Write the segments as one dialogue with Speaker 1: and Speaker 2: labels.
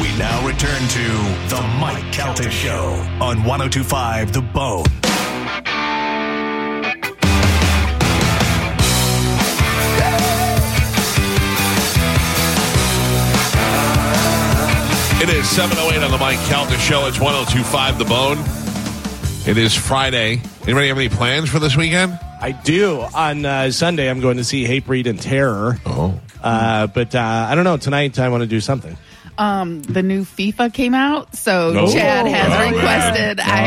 Speaker 1: We now return to The Mike Calta Show on 1025 The Bone.
Speaker 2: It is 708 on the Mike Calta Show. It's 1025 The Bone. It is Friday. Anybody have any plans for this weekend?
Speaker 3: I do. On uh, Sunday, I'm going to see Hate Breed and Terror.
Speaker 2: Oh.
Speaker 3: Uh, but uh, I don't know. Tonight, I want to do something.
Speaker 4: um, the new FIFA came out, so
Speaker 2: No.
Speaker 4: Chad has
Speaker 2: Oh, man.
Speaker 4: requested I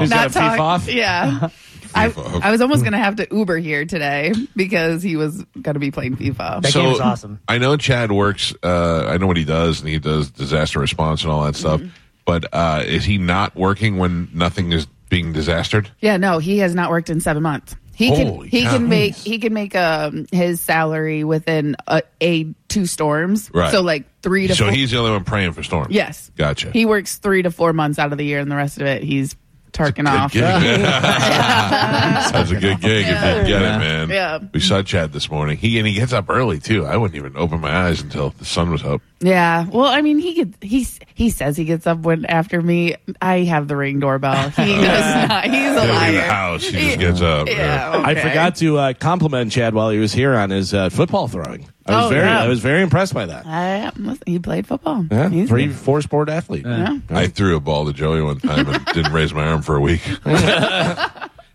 Speaker 3: Who's
Speaker 4: not
Speaker 3: got a FIFA
Speaker 4: talk.
Speaker 3: off?
Speaker 4: Yeah, I,
Speaker 2: FIFA.
Speaker 4: I was almost gonna have to Uber here today because he was gonna be playing FIFA.
Speaker 5: That game is awesome.
Speaker 2: I know Chad works. Uh, I know what he does, and he does disaster response and all that stuff.
Speaker 5: Mm-hmm.
Speaker 2: But uh, is he not working when nothing is being disastered?
Speaker 4: Yeah, no, he has not worked in seven months. He can
Speaker 2: Holy
Speaker 4: he
Speaker 2: cow.
Speaker 4: can make he can make um his salary within a, a two storms.
Speaker 2: Right.
Speaker 4: So like three to
Speaker 2: So
Speaker 4: four.
Speaker 2: he's the only one praying for storms.
Speaker 4: yes.
Speaker 2: Gotcha.
Speaker 4: He works three to four months out of the year, and the rest of it he's turking off.
Speaker 2: Good gig. That's a good gig if you get it, man.
Speaker 4: Yeah.
Speaker 2: We saw Chad this morning. He and he gets up early too. I wouldn't even open my eyes until the sun was up.
Speaker 4: Yeah. Well, I mean, he gets, he's, he says he gets up when after me. I have the ring doorbell. He does not. He's a
Speaker 2: He'll be in the
Speaker 4: liar.
Speaker 2: house. He just gets up.
Speaker 4: Yeah.
Speaker 3: I
Speaker 4: okay.
Speaker 3: forgot to uh, compliment Chad while he was here on his uh, football throwing. I was
Speaker 4: Oh,
Speaker 3: very,
Speaker 4: yeah.
Speaker 3: I was very impressed by that.
Speaker 4: I, Uh, listen, he played football.
Speaker 3: Yeah,
Speaker 4: He's-
Speaker 3: three, four sport athlete.
Speaker 4: Yeah.
Speaker 2: I threw a ball to Joey one time and didn't raise my arm for a week.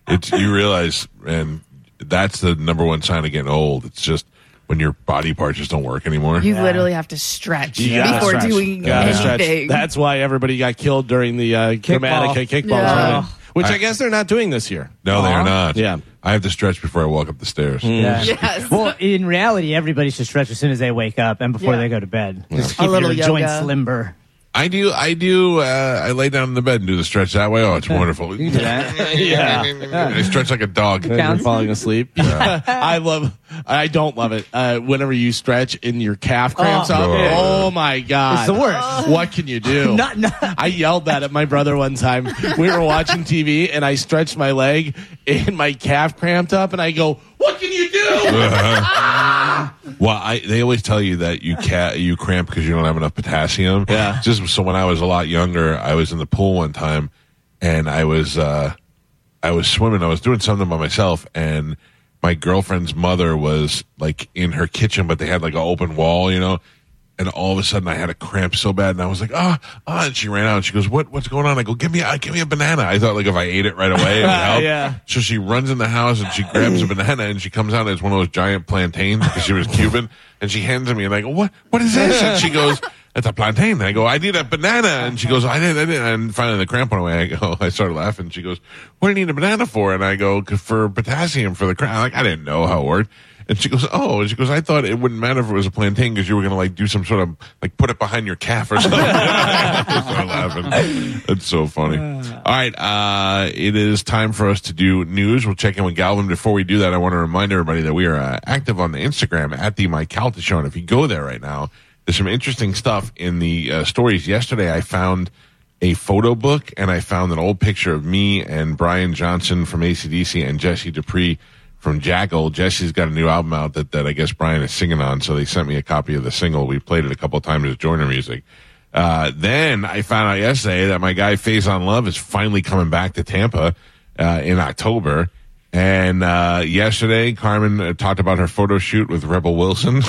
Speaker 2: it's you realize, and that's the number one sign of getting old. It's just when your body parts just don't work anymore.
Speaker 4: You literally have to stretch
Speaker 3: You gotta
Speaker 4: before
Speaker 3: stretch.
Speaker 4: doing
Speaker 3: Gotta stretch.
Speaker 4: anything.
Speaker 3: That's why everybody got killed during the uh, Chromatica kickball
Speaker 4: Yeah.
Speaker 3: tournament, which I guess they're not doing this year.
Speaker 2: no, they are not.
Speaker 3: Yeah. Mm.
Speaker 2: I have to stretch before I walk up the stairs.
Speaker 5: Yeah.
Speaker 4: Yes.
Speaker 5: Well, in reality, everybody should stretch as soon as they wake up and before
Speaker 4: Yeah.
Speaker 5: they go to bed. Just to
Speaker 4: A
Speaker 5: keep
Speaker 4: little
Speaker 5: your joints
Speaker 4: yoga.
Speaker 5: limber.
Speaker 2: I do. I do. Uh, I lay down in the bed and do the stretch that way. Oh, it's wonderful.
Speaker 3: Yeah.
Speaker 2: I stretch like a dog.
Speaker 3: And you're falling asleep. I love. I don't love it. Uh, whenever you stretch and your calf cramps up.
Speaker 2: God.
Speaker 3: Oh my god!
Speaker 5: It's the worst.
Speaker 3: What can you do?
Speaker 5: Not- not-
Speaker 3: I yelled that at my brother one time. We were watching TV and I stretched my leg and my calf cramped up and I go, "What can you do?"
Speaker 2: Well, I, they always tell you that you ca you cramp because you don't have enough potassium.
Speaker 3: Yeah.
Speaker 2: Just so when I was a lot younger, I was in the pool one time, and I was uh, I was swimming. I was doing something by myself, and my girlfriend's mother was like in her kitchen, but they had like an open wall, you know. And all of a sudden, I had a cramp so bad, and I was like, "Ah, ah!" And she ran out, and she goes, "What? What's going on?" I go, "Give me, a, give me a banana." I thought like if I ate it right away, it would help.
Speaker 3: Yeah.
Speaker 2: So she runs in the house and she grabs a banana and she comes out and it's one of those giant plantains because she was Cuban and she hands it me and I go, what, what is this? And she goes, it's a plantain. And I go, I need a banana. And she goes, I didn't, I didn't. And finally the cramp went away. I go, I started laughing. She goes, what do you need a banana for? And I go, "C- for potassium for the cramp. Like, I didn't know how it worked. And she goes, oh, and she goes, I thought it wouldn't matter if it was a plantain because you were going to like do some sort of like put it behind your calf or something. I started laughing. That's so funny. All right. Uh, it is time for us to do news. We'll check in with Galvin. Before we do that, I want to remind everybody that we are uh, active on the Instagram at the Mike Calta Show. And if you go there right now, there's some interesting stuff in the uh, stories. Yesterday, I found a photo book and I found an old picture of me and Brian Johnson from ACDC and Jesse Dupree from Jackal. Jesse's got a new album out that, that I guess Brian is singing on. So they sent me a copy of the single. We played it a couple times as Joyner music. Uh, then I found out yesterday that my guy Phase on Love is finally coming back to Tampa uh, in October. And uh, yesterday, Carmen uh, talked about her photo shoot with Rebel Wilson, which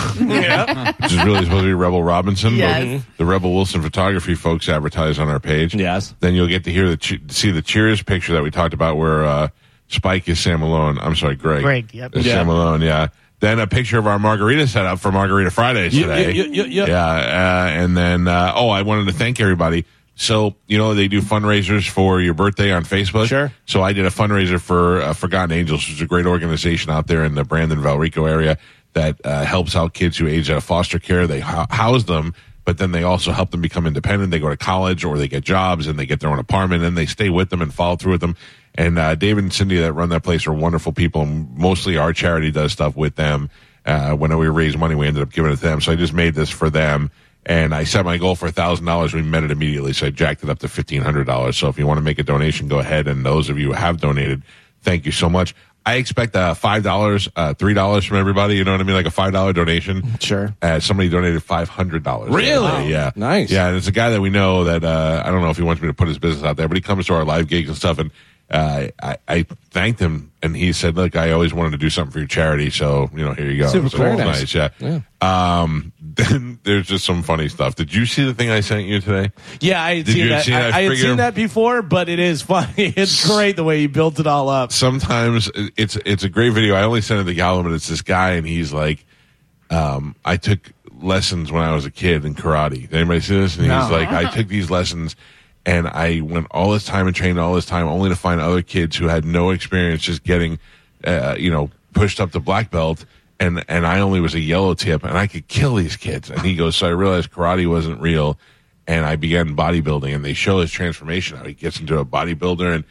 Speaker 2: is really supposed to be Rebel Robinson. but
Speaker 4: Yes.
Speaker 2: The Rebel Wilson photography folks advertise on our page.
Speaker 3: Yes.
Speaker 2: Then you'll get to hear the che- see the Cheers picture that we talked about, where uh, Spike is Sam Malone. I'm sorry, Greg.
Speaker 5: Greg, yep.
Speaker 2: Is
Speaker 3: Yeah.
Speaker 2: Sam Malone. Yeah. Then a picture of our margarita setup for Margarita Fridays
Speaker 3: You-
Speaker 2: today.
Speaker 3: you- you- you-
Speaker 2: Yeah, uh, and then uh, oh, I wanted to thank everybody. So you know they do fundraisers for your birthday on Facebook.
Speaker 3: Sure.
Speaker 2: So I did a fundraiser for uh, Forgotten Angels, which is a great organization out there in the Brandon Valrico area that uh, helps out kids who age out of foster care. They ho- house them but then they also help them become independent. They go to college or they get jobs and they get their own apartment and they stay with them and follow through with them. And uh, David and Cindy that run that place are wonderful people. And mostly our charity does stuff with them. Uh, when we raised money, we ended up giving it to them. So I just made this for them. And I set my goal for thousand dollars. We met it immediately, so I jacked it up to fifteen hundred dollars. So if you want to make a donation, go ahead. And those of you who have donated, thank you so much. I expect uh, five dollars, uh, three dollars from everybody. You know what I mean? Like a five dollar donation.
Speaker 3: Sure.
Speaker 2: Uh, somebody donated five hundred dollars.
Speaker 3: Really?
Speaker 2: Yeah.
Speaker 3: Nice.
Speaker 2: Yeah, and it's a guy that we know that uh, I don't know if he wants me to put his business out there, but he comes to our live gigs and stuff. And uh, I, I thanked him, and he said, "Look, I always wanted to do something for your charity, so you know, here you go."
Speaker 3: Super
Speaker 2: so
Speaker 3: cool.
Speaker 2: it was
Speaker 3: Very nice.
Speaker 2: nice. Yeah. Um, then there's just some funny stuff. Did you see the thing I sent you today?
Speaker 3: Yeah, I had
Speaker 2: Did
Speaker 3: seen
Speaker 2: you
Speaker 3: that.
Speaker 2: see that
Speaker 3: I, I had
Speaker 2: figure?
Speaker 3: seen that before, but it is funny. It's great the way you built it all up.
Speaker 2: sometimes it's it's a great video. I only sent it to Gollum, but it's this guy, and he's like, um, I took lessons when I was a kid in karate. Did anybody see this? And he's
Speaker 3: No.
Speaker 2: like, I took these lessons, and I went all this time and trained all this time, only to find other kids who had no experience just getting, uh, you know, pushed up to black belt. And, and I only was a yellow tip and I could kill these kids. And he goes, so I realized karate wasn't real and I began bodybuilding and they show his transformation, how he gets into a bodybuilder and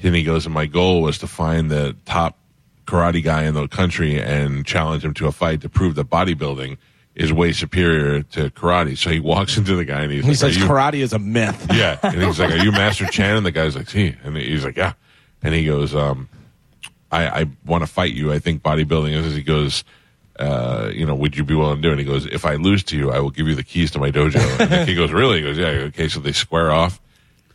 Speaker 2: then he goes, and my goal was to find the top karate guy in the country and challenge him to a fight to prove that bodybuilding is way superior to karate. So he walks into the guy and he's
Speaker 3: He
Speaker 2: like,
Speaker 3: says
Speaker 2: "Are you-"
Speaker 3: karate is a myth.
Speaker 2: Yeah. And he's like, Are you Master Chan? And the guy's like, See. And he's like, Yeah. And he goes, um, I, I want to fight you. I think bodybuilding is. He goes, uh, you know, would you be willing to do it? And he goes, if I lose to you, I will give you the keys to my dojo. And the kid goes, really? He goes, yeah. I go, Okay, so they square off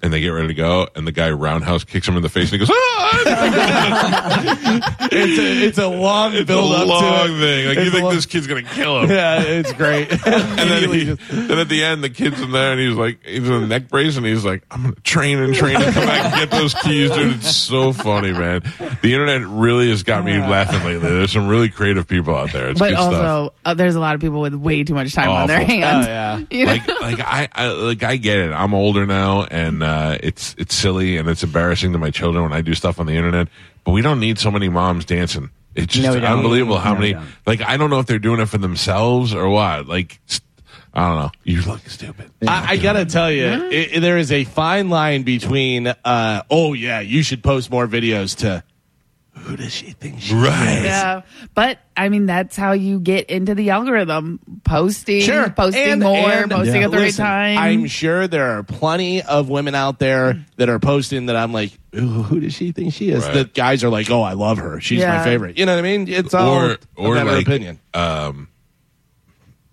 Speaker 2: and they get ready to go. And the guy roundhouse kicks him in the face and he goes, ah!
Speaker 3: It's a, it's a long
Speaker 2: It's a
Speaker 3: build up
Speaker 2: long
Speaker 3: to it.
Speaker 2: thing. Like,
Speaker 3: It's
Speaker 2: you
Speaker 3: a
Speaker 2: think
Speaker 3: long-
Speaker 2: this kid's going to kill him.
Speaker 3: Yeah, it's great.
Speaker 2: And then,
Speaker 3: Immediately
Speaker 2: he,
Speaker 3: just-
Speaker 2: then at the end, the kid's in there, and he's like, he's in a neck brace, and he's like, I'm gonna train and train and come back and get those keys, dude. It's so funny, man. The internet really has got me laughing lately. There's some really creative people out there. It's
Speaker 4: But
Speaker 2: good stuff.
Speaker 4: also, uh, there's a lot of people with way too much time on their
Speaker 2: Awful.
Speaker 4: hands.
Speaker 3: Oh, yeah.
Speaker 4: You know?
Speaker 2: Like, like I, I, like I get it. I'm older now, and uh, it's it's silly and it's embarrassing to my children when I do stuff on the internet. But we don't need so many moms dancing. It's
Speaker 5: No,
Speaker 2: just
Speaker 5: we don't.
Speaker 2: unbelievable how
Speaker 5: No,
Speaker 2: many.
Speaker 5: we don't.
Speaker 2: Like, I don't know if they're doing it for themselves or what. Like, I don't know. You look stupid.
Speaker 3: I, I gotta tell you, i- there is a fine line between, uh, oh yeah, you should post more videos to who does she think she
Speaker 2: Right.
Speaker 4: Yeah, but I mean that's how you get into the algorithm: posting, posting
Speaker 3: And-
Speaker 4: more,
Speaker 3: and-
Speaker 4: posting
Speaker 3: Yeah.
Speaker 4: at the right
Speaker 3: Listen,
Speaker 4: time.
Speaker 3: I'm sure there are plenty of women out there that are posting that I'm like, "Ooh, who does she think she is?
Speaker 2: Right.
Speaker 3: That guys are like, oh, I love her. She's my
Speaker 4: Yeah.
Speaker 3: favorite. You know what I mean? It's all
Speaker 2: Or- or
Speaker 3: a matter
Speaker 2: like-
Speaker 3: of opinion.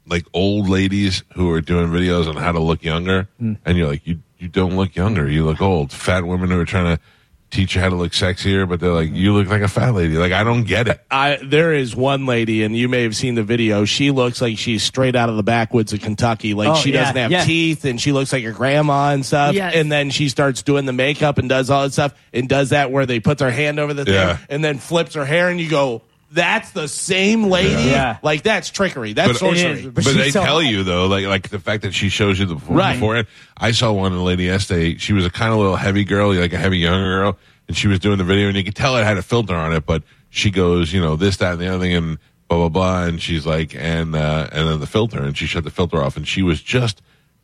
Speaker 2: like old ladies who are doing videos on how to look younger,
Speaker 5: Hmm.
Speaker 2: and you're like, you you don't look younger, you look old. Fat women who are trying to teach you how to look sexier, but they're like, you look like a fat lady. Like I don't get it.
Speaker 3: I there is one lady, and you may have seen the video. She looks like she's straight out of the backwoods of Kentucky. Like
Speaker 5: Oh,
Speaker 3: she
Speaker 5: yeah,
Speaker 3: doesn't have
Speaker 5: yeah.
Speaker 3: teeth, and she looks like her grandma and stuff.
Speaker 4: Yes.
Speaker 3: And then she starts doing the makeup and does all that stuff, and does that where they put their hand over the thing,
Speaker 2: Yeah.
Speaker 3: and then flips her hair, and you go, "That's the same lady."
Speaker 5: Yeah.
Speaker 3: Like that's trickery. That's
Speaker 2: But- It
Speaker 5: is,
Speaker 3: sorcery.
Speaker 2: But,
Speaker 5: she's
Speaker 2: they
Speaker 5: so-
Speaker 2: tell you though, like like the fact that she shows you the before,
Speaker 3: Right.
Speaker 2: beforehand. I saw one lady yesterday. She was a kind of little heavy girl, like a heavy younger girl, and she was doing the video, and you could tell it had a filter on it. But she goes, you know, this, that, and the other thing, and blah blah blah, and she's like, and uh, and then the filter, and she shut the filter off, and she was just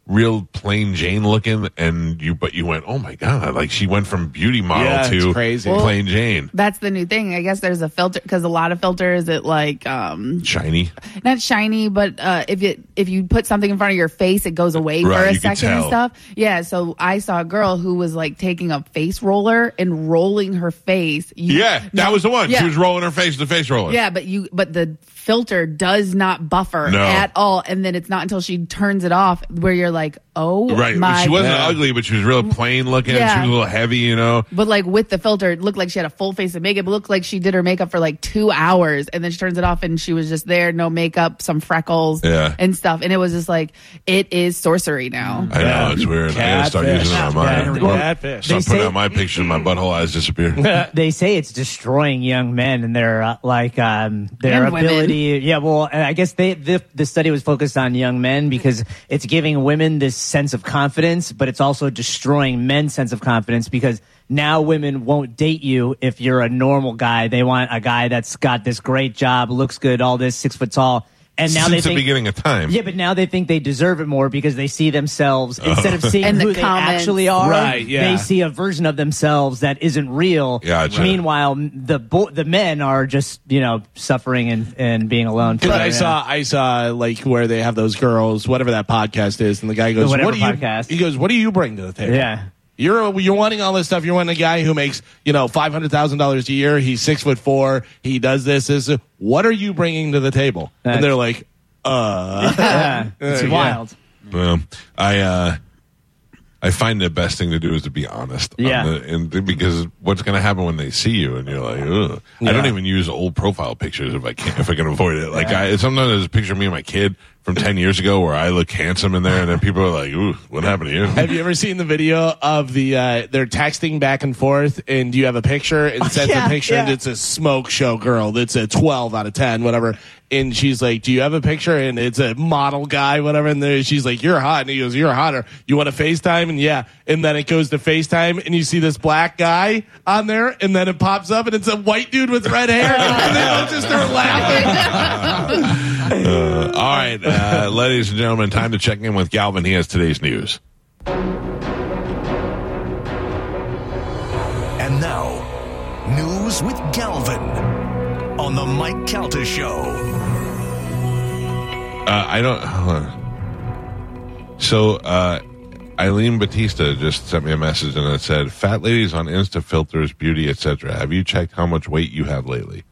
Speaker 2: real plain Jane looking, and you, but you went, oh my god, like she went from beauty model
Speaker 3: Yeah, it's
Speaker 2: to
Speaker 3: crazy.
Speaker 2: plain Jane,
Speaker 4: that's the new thing. I guess there's a filter because a lot of filters it like um
Speaker 2: shiny.
Speaker 4: not shiny, but uh, if it if you put something in front of your face, it goes away
Speaker 2: Right,
Speaker 4: for a
Speaker 2: you can
Speaker 4: second and
Speaker 2: tell.
Speaker 4: stuff. Yeah. So I saw a girl who was like taking a face roller and rolling her face. You-
Speaker 2: Yeah, that was the one.
Speaker 4: Yeah.
Speaker 2: She was rolling her face, the face roller.
Speaker 4: Yeah, but you but the filter does not buffer
Speaker 2: No.
Speaker 4: at all, and then it's not until she turns it off where you're like, oh
Speaker 2: Right.
Speaker 4: my.
Speaker 2: she wasn't
Speaker 3: God.
Speaker 2: ugly, but she was real plain looking. She
Speaker 4: Yeah.
Speaker 2: was a little heavy, you know.
Speaker 4: but like with the filter, it looked like she had a full face of makeup. It looked like she did her makeup for like two hours, and then she turns it off, and she was just there, no makeup, some freckles,
Speaker 2: Yeah. Mm-hmm.
Speaker 4: and stuff. And it was just like, it is sorcery now.
Speaker 2: I know it's weird. I gotta start
Speaker 3: Catfish.
Speaker 2: using it on
Speaker 5: Catfish.
Speaker 2: mine. Or
Speaker 3: Catfish.
Speaker 2: Stop
Speaker 5: They
Speaker 2: putting
Speaker 5: say- Mm-hmm.
Speaker 2: out my pictures. My butthole eyes disappear.
Speaker 5: they say it's destroying young men and their uh, like um, their
Speaker 4: And women.
Speaker 5: ability. Yeah, well, and I guess they the, the study was focused on young men because it's giving women this sense of confidence, but it's also destroying men's sense of confidence because now women won't date you if you're a normal guy. They want a guy that's got this great job, looks good, all this, six foot tall. and now
Speaker 2: Since
Speaker 5: they
Speaker 2: the
Speaker 5: think
Speaker 2: beginning of time.
Speaker 5: yeah, but now they think they deserve it more because they see themselves instead of seeing
Speaker 4: And the
Speaker 5: who they
Speaker 4: comments.
Speaker 5: actually are.
Speaker 3: Oh. Right, yeah.
Speaker 5: They see a version of themselves that isn't real.
Speaker 2: Gotcha.
Speaker 5: Meanwhile, the bo- the men are just you know suffering and, and being alone.
Speaker 3: But I
Speaker 5: forever.
Speaker 3: saw, I saw like where they have those girls, whatever that podcast is, and the guy goes,
Speaker 5: whatever
Speaker 3: "What do you?"
Speaker 5: podcast.
Speaker 3: He goes, "What do you bring to the table?"
Speaker 5: Yeah.
Speaker 3: You're you're wanting all this stuff. You're wanting a guy who makes you know five hundred thousand dollars a year. He's six foot four. He does this. This. this. What are you bringing to the table?
Speaker 5: That's-
Speaker 3: and they're like, uh.
Speaker 5: Yeah, it's
Speaker 3: yeah.
Speaker 5: wild.
Speaker 2: Well, I uh, I find the best thing to do is to be honest. on
Speaker 5: Yeah.
Speaker 2: the- and because what's going to happen when they see you and you're like, Ugh. I don't even use old profile pictures if I can if I can avoid it. Like I sometimes there's a picture of me and my kid from ten years ago where I look handsome in there, and then people are like, "Ooh, what happened to you?"
Speaker 3: Have you ever seen the video of the uh, they're texting back and forth, and you have a picture and sends
Speaker 5: yeah,
Speaker 3: a picture, and
Speaker 5: yeah.
Speaker 3: it's a smoke show girl that's a twelve out of ten, whatever. And she's like, "Do you have a picture?" And it's a model guy, whatever. And there, she's like, "You're hot," and he goes, "You're hotter." You want to FaceTime? And yeah, and then it goes to FaceTime, and you see this black guy on there, and then it pops up, and it's a white dude with red hair, and they both just start laughing.
Speaker 2: Uh, all right, uh, ladies and gentlemen, time to check in with Galvin. He has today's news.
Speaker 1: And now, news with Galvin on the Mike Calta Show.
Speaker 2: Uh, I don't. Hold on. So, uh, Eileen Batista just sent me a message and it said, "Fat ladies on Insta filters, beauty, etc. Have you checked how much weight you have lately?"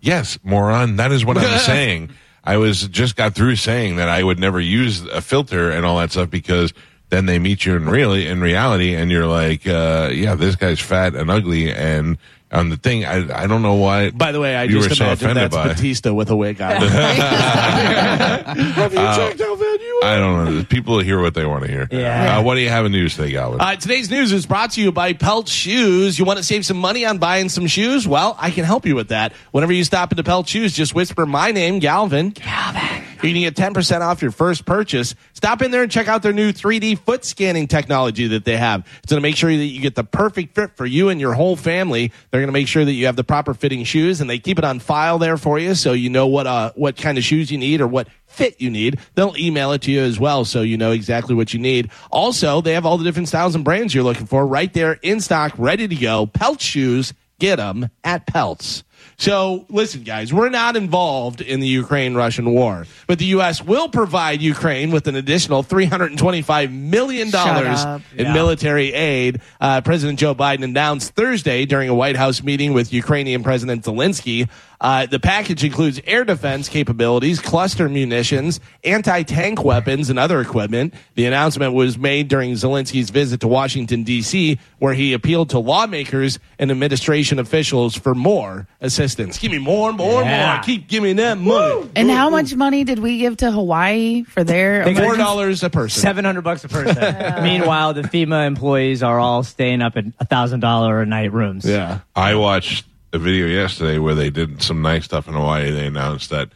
Speaker 2: Yes, moron. That is what I'm saying. I was just got through saying that I would never use a filter and all that stuff because then they meet you in really in reality and you're like, uh, yeah, this guy's fat and ugly and on the thing. I I don't know why.
Speaker 3: By the way, I
Speaker 2: you were
Speaker 3: just
Speaker 2: so
Speaker 3: imagined
Speaker 2: offended by.
Speaker 3: that's Batista with a wig on. have you
Speaker 2: Uh,
Speaker 3: checked out that you
Speaker 2: I don't know. People hear what they want to hear.
Speaker 5: Yeah.
Speaker 2: Uh, what do you have in news today, Galvin?
Speaker 3: Uh, today's news is brought to you by Pelt Shoes. You want to save some money on buying some shoes? Well, I can help you with that. Whenever you stop into Pelt Shoes, just whisper my name, Galvin. Galvin. You can get 10% off your first purchase. Stop in there and check out their new 3D foot scanning technology that they have. It's going to make sure that you get the perfect fit for you and your whole family. They're going to make sure that you have the proper fitting shoes and they keep it on file there for you so you know what uh, what kind of shoes you need or what fit you need. They'll email it to you as well, so you know exactly what you need. Also, they have all the different styles and brands you're looking for right there in stock, ready to go. Pelt shoes, get them at Pelts. So, listen, guys, we're not involved in the Ukraine Russian war, but the U.S. will provide Ukraine with an additional $325 million
Speaker 4: Shut up.
Speaker 3: in military aid. Uh, President Joe Biden announced Thursday during a White House meeting with Ukrainian President Zelensky. Uh, the package includes air defense capabilities, cluster munitions, anti tank weapons, and other equipment. The announcement was made during Zelensky's visit to Washington, D.C., where he appealed to lawmakers and administration officials for more assistance. Give me more, more,
Speaker 5: Yeah.
Speaker 3: more. Keep giving them money.
Speaker 4: And how much money did we give to Hawaii for their?
Speaker 5: They got-
Speaker 3: Four dollars a person.
Speaker 5: Seven hundred bucks a person. Meanwhile, the FEMA employees are all staying up at thousand dollar a night rooms.
Speaker 3: Yeah.
Speaker 2: I watched a video yesterday where they did some nice stuff in Hawaii. They announced that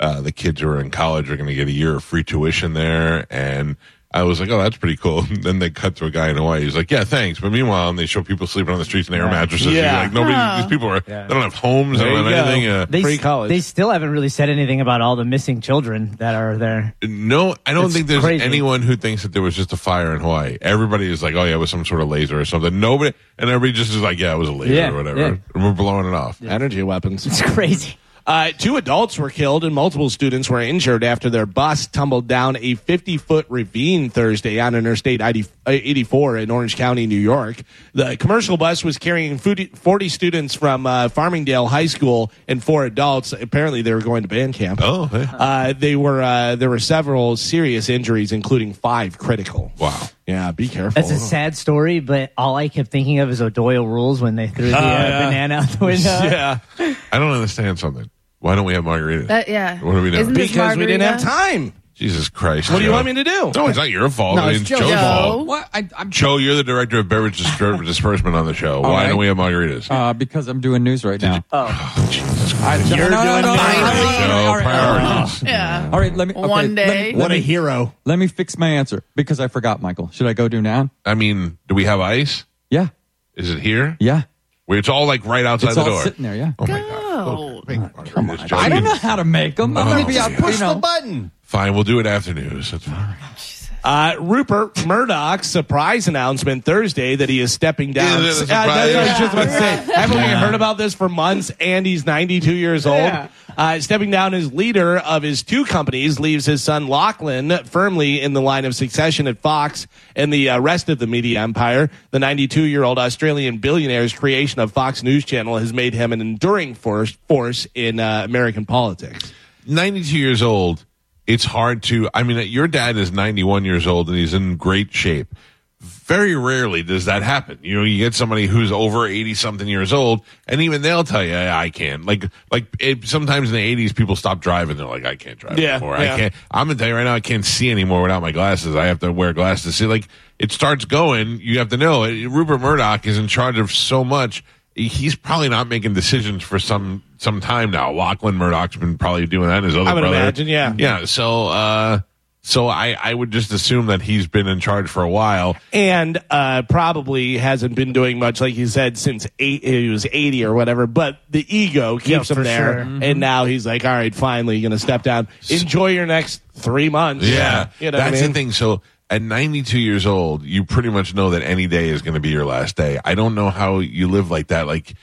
Speaker 2: uh, the kids who are in college are going to get a year of free tuition there, and I was like, "Oh, that's pretty cool." And then they cut to a guy in Hawaii. He's like, "Yeah, thanks," but meanwhile, and they show people sleeping on the streets in air mattresses. You're
Speaker 3: Yeah.
Speaker 2: like nobody. These people are. They don't have homes. They
Speaker 3: There
Speaker 2: don't
Speaker 3: you
Speaker 2: have
Speaker 3: go.
Speaker 2: anything. Uh,
Speaker 5: They,
Speaker 3: Free college.
Speaker 5: they still haven't really said anything about all the missing children that are there.
Speaker 2: No, I don't
Speaker 5: It's
Speaker 2: think there's
Speaker 5: crazy.
Speaker 2: anyone who thinks that there was just a fire in Hawaii. Everybody is like, "Oh yeah, it was some sort of laser or something." Nobody, and everybody just is like, "Yeah, it was a laser
Speaker 5: Yeah,
Speaker 2: or whatever."
Speaker 5: yeah.
Speaker 2: And we're blowing it off.
Speaker 3: Energy weapons.
Speaker 5: It's crazy.
Speaker 3: Uh, two adults were killed and multiple students were injured after their bus tumbled down a 50 foot ravine Thursday on Interstate 80, uh, 84 in Orange County, New York. The commercial bus was carrying 40 40 students from uh, Farmingdale High School and four adults. Apparently, they were going to band camp.
Speaker 2: Oh, hey.
Speaker 3: Uh, they were uh, there were several serious injuries, including five critical.
Speaker 2: wow.
Speaker 3: Yeah, be careful.
Speaker 6: Oh.
Speaker 5: That's a sad story, but all I kept thinking of is O'Doyle rules when they threw the
Speaker 6: Oh,
Speaker 5: uh,
Speaker 3: yeah.
Speaker 5: banana out the window.
Speaker 3: yeah,
Speaker 2: I don't understand something. Why don't we have margaritas?
Speaker 4: That- yeah.
Speaker 2: What are we doing?
Speaker 4: Isn't this
Speaker 3: because we didn't have
Speaker 4: margarita?
Speaker 3: time.
Speaker 2: Jesus Christ.
Speaker 3: What do you want me to do?
Speaker 2: No, it's not your fault.
Speaker 7: No,
Speaker 2: I mean,
Speaker 7: it's
Speaker 2: it's
Speaker 7: Joe.
Speaker 2: Joe's fault.
Speaker 7: What? I, I'm
Speaker 2: Joe, you're the director of beverage dis- disbursement on the show. Why
Speaker 7: right.
Speaker 2: don't we have margaritas?
Speaker 7: uh, because I'm doing news right now.
Speaker 2: Jesus
Speaker 6: oh.
Speaker 2: Christ.
Speaker 7: I,
Speaker 3: You're
Speaker 7: no, no,
Speaker 3: doing
Speaker 7: no, no,
Speaker 3: news.
Speaker 7: all right,
Speaker 2: Joe,
Speaker 7: all right, all right,
Speaker 2: priorities.
Speaker 4: Yeah.
Speaker 7: All right, let me. Okay,
Speaker 4: One
Speaker 7: let me-
Speaker 4: day.
Speaker 7: Let
Speaker 3: What a
Speaker 7: me,
Speaker 3: hero.
Speaker 7: let me fix my answer because I forgot, Michael. Should I go do now?
Speaker 2: I mean, do we have ice?
Speaker 7: Yeah,
Speaker 2: Is it here?
Speaker 7: yeah.
Speaker 2: Where it's all like right outside
Speaker 7: It's
Speaker 2: the
Speaker 7: all
Speaker 2: door.
Speaker 7: sitting there. Yeah.
Speaker 2: Oh my god.
Speaker 4: No.
Speaker 2: Come on.
Speaker 7: I don't know how to make them. I'm going to be out,
Speaker 2: Push
Speaker 7: you know.
Speaker 3: button.
Speaker 2: Fine, we'll do it after news. That's fine.
Speaker 3: Uh, Rupert Murdoch's surprise announcement Thursday that he is stepping down.
Speaker 2: Yeah, that's a
Speaker 3: Uh, that's what I was
Speaker 2: surprise.
Speaker 3: just about to say. Haven't we heard about this for months? And he's 92 years old. Uh, stepping down as leader of his two companies leaves his son Lachlan firmly in the line of succession at Fox and the uh, rest of the media empire. The 92 year old Australian billionaire's creation of Fox News Channel has made him an enduring force, force in uh, American politics.
Speaker 2: 92 years old, it's hard to. I mean, your dad is 91 years old and he's in great shape. Very rarely does that happen. You know, you get somebody who's over 80 something years old, and even they'll tell you, I can't. Like, like it, sometimes in the 80s, people stop driving. They're like, I can't drive
Speaker 3: Yeah,
Speaker 2: anymore.
Speaker 3: yeah.
Speaker 2: I can't. I'm going to tell you right now, I can't see anymore without my glasses. I have to wear glasses to see. Like, it starts going. You have to know. it. Rupert Murdoch is in charge of so much. He's probably not making decisions for some some time now. Lachlan Murdoch's been probably doing that. His other
Speaker 3: I would
Speaker 2: brother.
Speaker 3: imagine, yeah.
Speaker 2: yeah. So, uh, so I I would just assume that he's been in charge for a while.
Speaker 3: and uh, probably hasn't been doing much, like he said, since eight, he was 80 or whatever. But the ego keeps
Speaker 5: Yeah,
Speaker 3: him
Speaker 5: for
Speaker 3: there.
Speaker 5: sure.
Speaker 3: And
Speaker 6: Mm-hmm.
Speaker 3: now he's like, all right, finally, going to step down. Enjoy your next three months.
Speaker 2: Yeah,
Speaker 3: You know
Speaker 2: that's
Speaker 3: what I mean?
Speaker 2: the thing. So at 92 years old, you pretty much know that any day is going to be your last day. I don't know how you live like that. Like,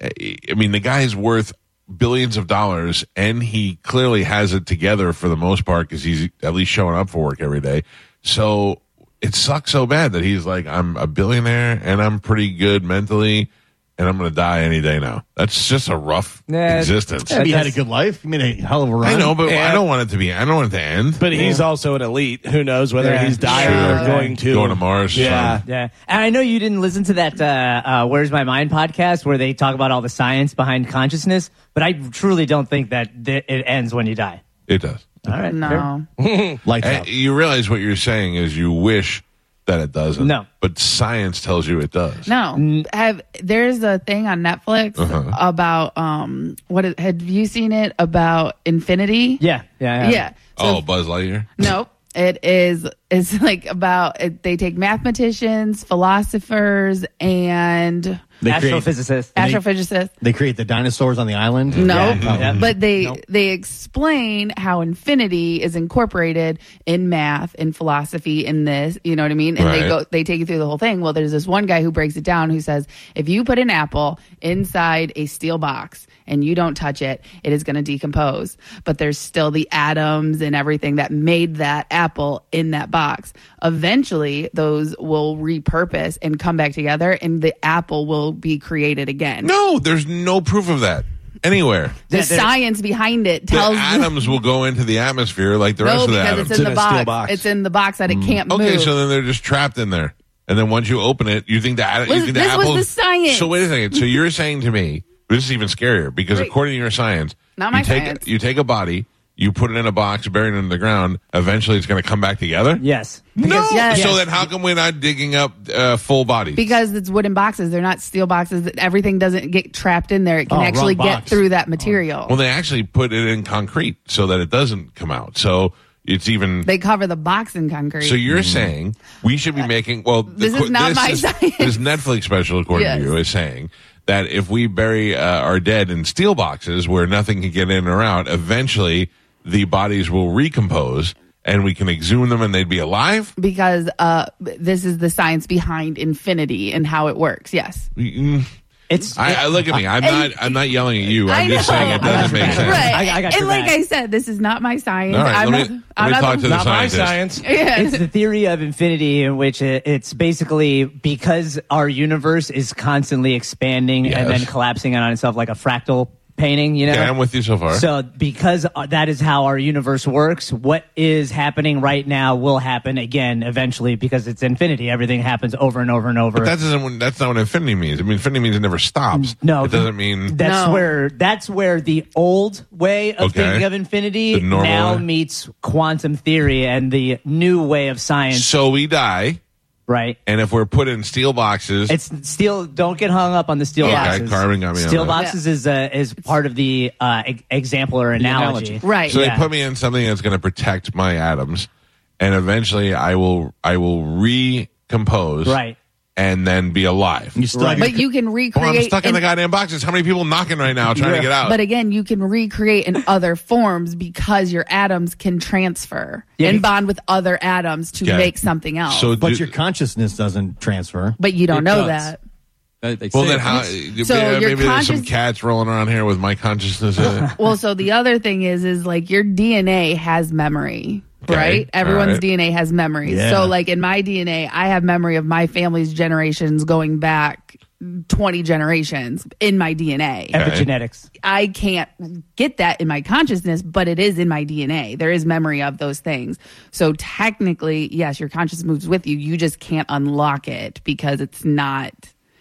Speaker 2: I I mean, the guy's worth billions of dollars, and he clearly has it together for the most part because he's at least showing up for work every day. So it sucks so bad that he's like, I'm a billionaire and I'm pretty good mentally. And I'm going to die any day now. That's just a rough
Speaker 5: Yeah,
Speaker 2: existence.
Speaker 5: yeah.
Speaker 6: He had a
Speaker 5: That's-
Speaker 6: good life. I mean, a hell of a run.
Speaker 2: I know, but
Speaker 3: Yeah.
Speaker 2: I don't want it to be. I don't want it to end.
Speaker 3: But he's also an elite. Who knows whether
Speaker 5: Yeah.
Speaker 3: he's dying
Speaker 2: Sure.
Speaker 3: or going to
Speaker 2: Going to Mars,
Speaker 3: Yeah.
Speaker 2: so.
Speaker 5: Yeah, and I know you didn't listen to that uh, uh, "Where's My Mind" podcast where they talk about all the science behind consciousness, but I truly don't think that th- it ends when you die.
Speaker 2: It does.
Speaker 5: All right, fair.
Speaker 4: No.
Speaker 6: Lights
Speaker 2: And
Speaker 6: out.
Speaker 2: you realize what you're saying is you wish that it doesn't.
Speaker 5: No.
Speaker 2: But science tells you it does.
Speaker 4: No. Have there's a thing on Netflix about um what is, have you seen it about infinity?
Speaker 5: Yeah, yeah,
Speaker 4: Yeah.
Speaker 5: yeah.
Speaker 2: oh, Buzz Lightyear?
Speaker 4: Nope. It is. It's like about. It, they take mathematicians, philosophers, and
Speaker 6: They
Speaker 5: Astrophysicist.
Speaker 4: astrophysicists.
Speaker 6: They create the dinosaurs on the island.
Speaker 4: No,
Speaker 5: Yeah.
Speaker 4: but they they explain how infinity is incorporated in math and philosophy in this. You know what I mean? And
Speaker 2: Right.
Speaker 4: they go they take you through the whole thing. Well, there's this one guy who breaks it down who says if you put an apple inside a steel box and you don't touch it, it is going to decompose. But there's still the atoms and everything that made that apple in that box. Eventually, those will repurpose and come back together, and the apple will be created again.
Speaker 2: No, there's no proof of that anywhere.
Speaker 4: The
Speaker 5: Yeah, there-
Speaker 4: science behind it
Speaker 2: The
Speaker 4: tells
Speaker 2: atoms will go into the atmosphere like the
Speaker 4: No,
Speaker 2: rest of the
Speaker 4: because
Speaker 2: atoms.
Speaker 4: it's in the
Speaker 6: It's in a steel
Speaker 4: box.
Speaker 6: box.
Speaker 4: It's in the box that it can't
Speaker 2: okay,
Speaker 4: move.
Speaker 2: so then they're just trapped in there. And then once you open it, you think the atom. you
Speaker 4: Listen,
Speaker 2: think the
Speaker 4: this was
Speaker 2: apple.
Speaker 4: the science.
Speaker 2: So wait a second. So you're saying to me, this is even scarier because
Speaker 4: Wait.
Speaker 2: according to your science,
Speaker 4: Not my
Speaker 2: you take
Speaker 4: science.
Speaker 2: you take a body, you put it in a box, bury it in the ground. Eventually, it's going to come back together.
Speaker 5: Yes.
Speaker 2: No.
Speaker 4: Yes.
Speaker 2: So then, how come we're not digging up uh, full bodies?
Speaker 4: because it's wooden boxes, they're not steel boxes. Everything doesn't get trapped in there. It
Speaker 6: Oh,
Speaker 4: can
Speaker 6: wrong
Speaker 4: actually get
Speaker 6: box.
Speaker 4: through that material.
Speaker 2: well, they actually put it in concrete so that it doesn't come out. So it's even.
Speaker 4: they cover the box in concrete.
Speaker 2: so you're saying we should be making well. the
Speaker 4: Mm-hmm. Uh, This is
Speaker 2: qu-
Speaker 4: not my science.
Speaker 2: This Netflix special, according
Speaker 4: Yes.
Speaker 2: to you, is saying that if we bury uh, our dead in steel boxes where nothing can get in or out, eventually the bodies will recompose and we can exhume them and they'd be alive.
Speaker 4: because uh, this is the science behind infinity and how it works. Yes.
Speaker 5: It's
Speaker 2: I, I look at me. I'm
Speaker 4: And-
Speaker 2: not. I'm not yelling at you. I'm
Speaker 4: I
Speaker 2: just
Speaker 4: know.
Speaker 2: saying it doesn't make sense.
Speaker 4: Right.
Speaker 5: I- I got
Speaker 4: and
Speaker 5: your
Speaker 4: like
Speaker 5: back.
Speaker 4: I said, this is not my science.
Speaker 2: All right,
Speaker 4: I'm
Speaker 2: let
Speaker 4: not,
Speaker 2: me, let
Speaker 4: I'm
Speaker 2: me
Speaker 4: not
Speaker 2: talk to the
Speaker 3: Not my
Speaker 2: scientist.
Speaker 3: science.
Speaker 4: Yeah.
Speaker 5: it's the theory of infinity in which it, it's basically because our universe is constantly expanding
Speaker 2: Yes.
Speaker 5: and then collapsing on itself like a fractal painting, you know?
Speaker 2: Yeah, I'm with you so far.
Speaker 5: So, because uh, that is how our universe works, what is happening right now will happen again eventually because it's infinity. Everything happens over and over and over.
Speaker 2: That doesn't. That's not what infinity means. I mean, infinity means it never stops.
Speaker 5: No,
Speaker 2: it doesn't mean.
Speaker 5: That's
Speaker 4: No.
Speaker 5: where that's where the old way of
Speaker 2: Okay.
Speaker 5: thinking of infinity
Speaker 2: The normal
Speaker 5: now
Speaker 2: way.
Speaker 5: meets quantum theory and the new way of science,
Speaker 2: so we die,
Speaker 5: right?
Speaker 2: and if we're put in steel boxes,
Speaker 5: It's steel. Don't get hung up on the steel
Speaker 4: Okay,
Speaker 5: boxes.
Speaker 2: Carmen got me on
Speaker 5: steel
Speaker 2: that.
Speaker 5: boxes is uh, is part of the uh, e- example or analogy.
Speaker 7: analogy.
Speaker 4: Right.
Speaker 2: so
Speaker 5: yeah.
Speaker 2: they put me in something that's going to protect my atoms, and eventually I will. I will recompose.
Speaker 5: Right.
Speaker 2: and then be alive.
Speaker 6: You still have your-
Speaker 4: But you can
Speaker 2: Oh,
Speaker 4: recreate.
Speaker 2: I'm stuck in
Speaker 4: an-
Speaker 2: the goddamn boxes. How many people knocking right now trying to get out?
Speaker 4: But again, you can recreate in other forms because your atoms can transfer
Speaker 5: Yeah.
Speaker 4: and bond with other atoms to
Speaker 2: Got it.
Speaker 4: make something else.
Speaker 2: so,
Speaker 6: but
Speaker 2: do-
Speaker 6: your consciousness doesn't transfer.
Speaker 4: but you don't
Speaker 7: It
Speaker 4: know
Speaker 7: does.
Speaker 4: that.
Speaker 7: They- they
Speaker 2: well,
Speaker 7: say
Speaker 2: then
Speaker 7: it
Speaker 2: how?
Speaker 7: is.
Speaker 4: So
Speaker 2: yeah,
Speaker 4: your
Speaker 2: maybe there's some
Speaker 4: conscious-
Speaker 2: cats rolling around here with my consciousness in it.
Speaker 4: Well, so the other thing is, is like your DNA has memory.
Speaker 2: Okay.
Speaker 4: Right?
Speaker 2: All
Speaker 4: Everyone's
Speaker 2: right.
Speaker 4: DNA has memory.
Speaker 6: Yeah.
Speaker 4: So, like in my DNA, I have memory of my family's generations going back 20 generations in my DNA.
Speaker 5: Epigenetics.
Speaker 4: I can't get that in my consciousness, but it is in my DNA. There is memory of those things. So technically, yes, your conscious moves with you. You just can't unlock it because it's not.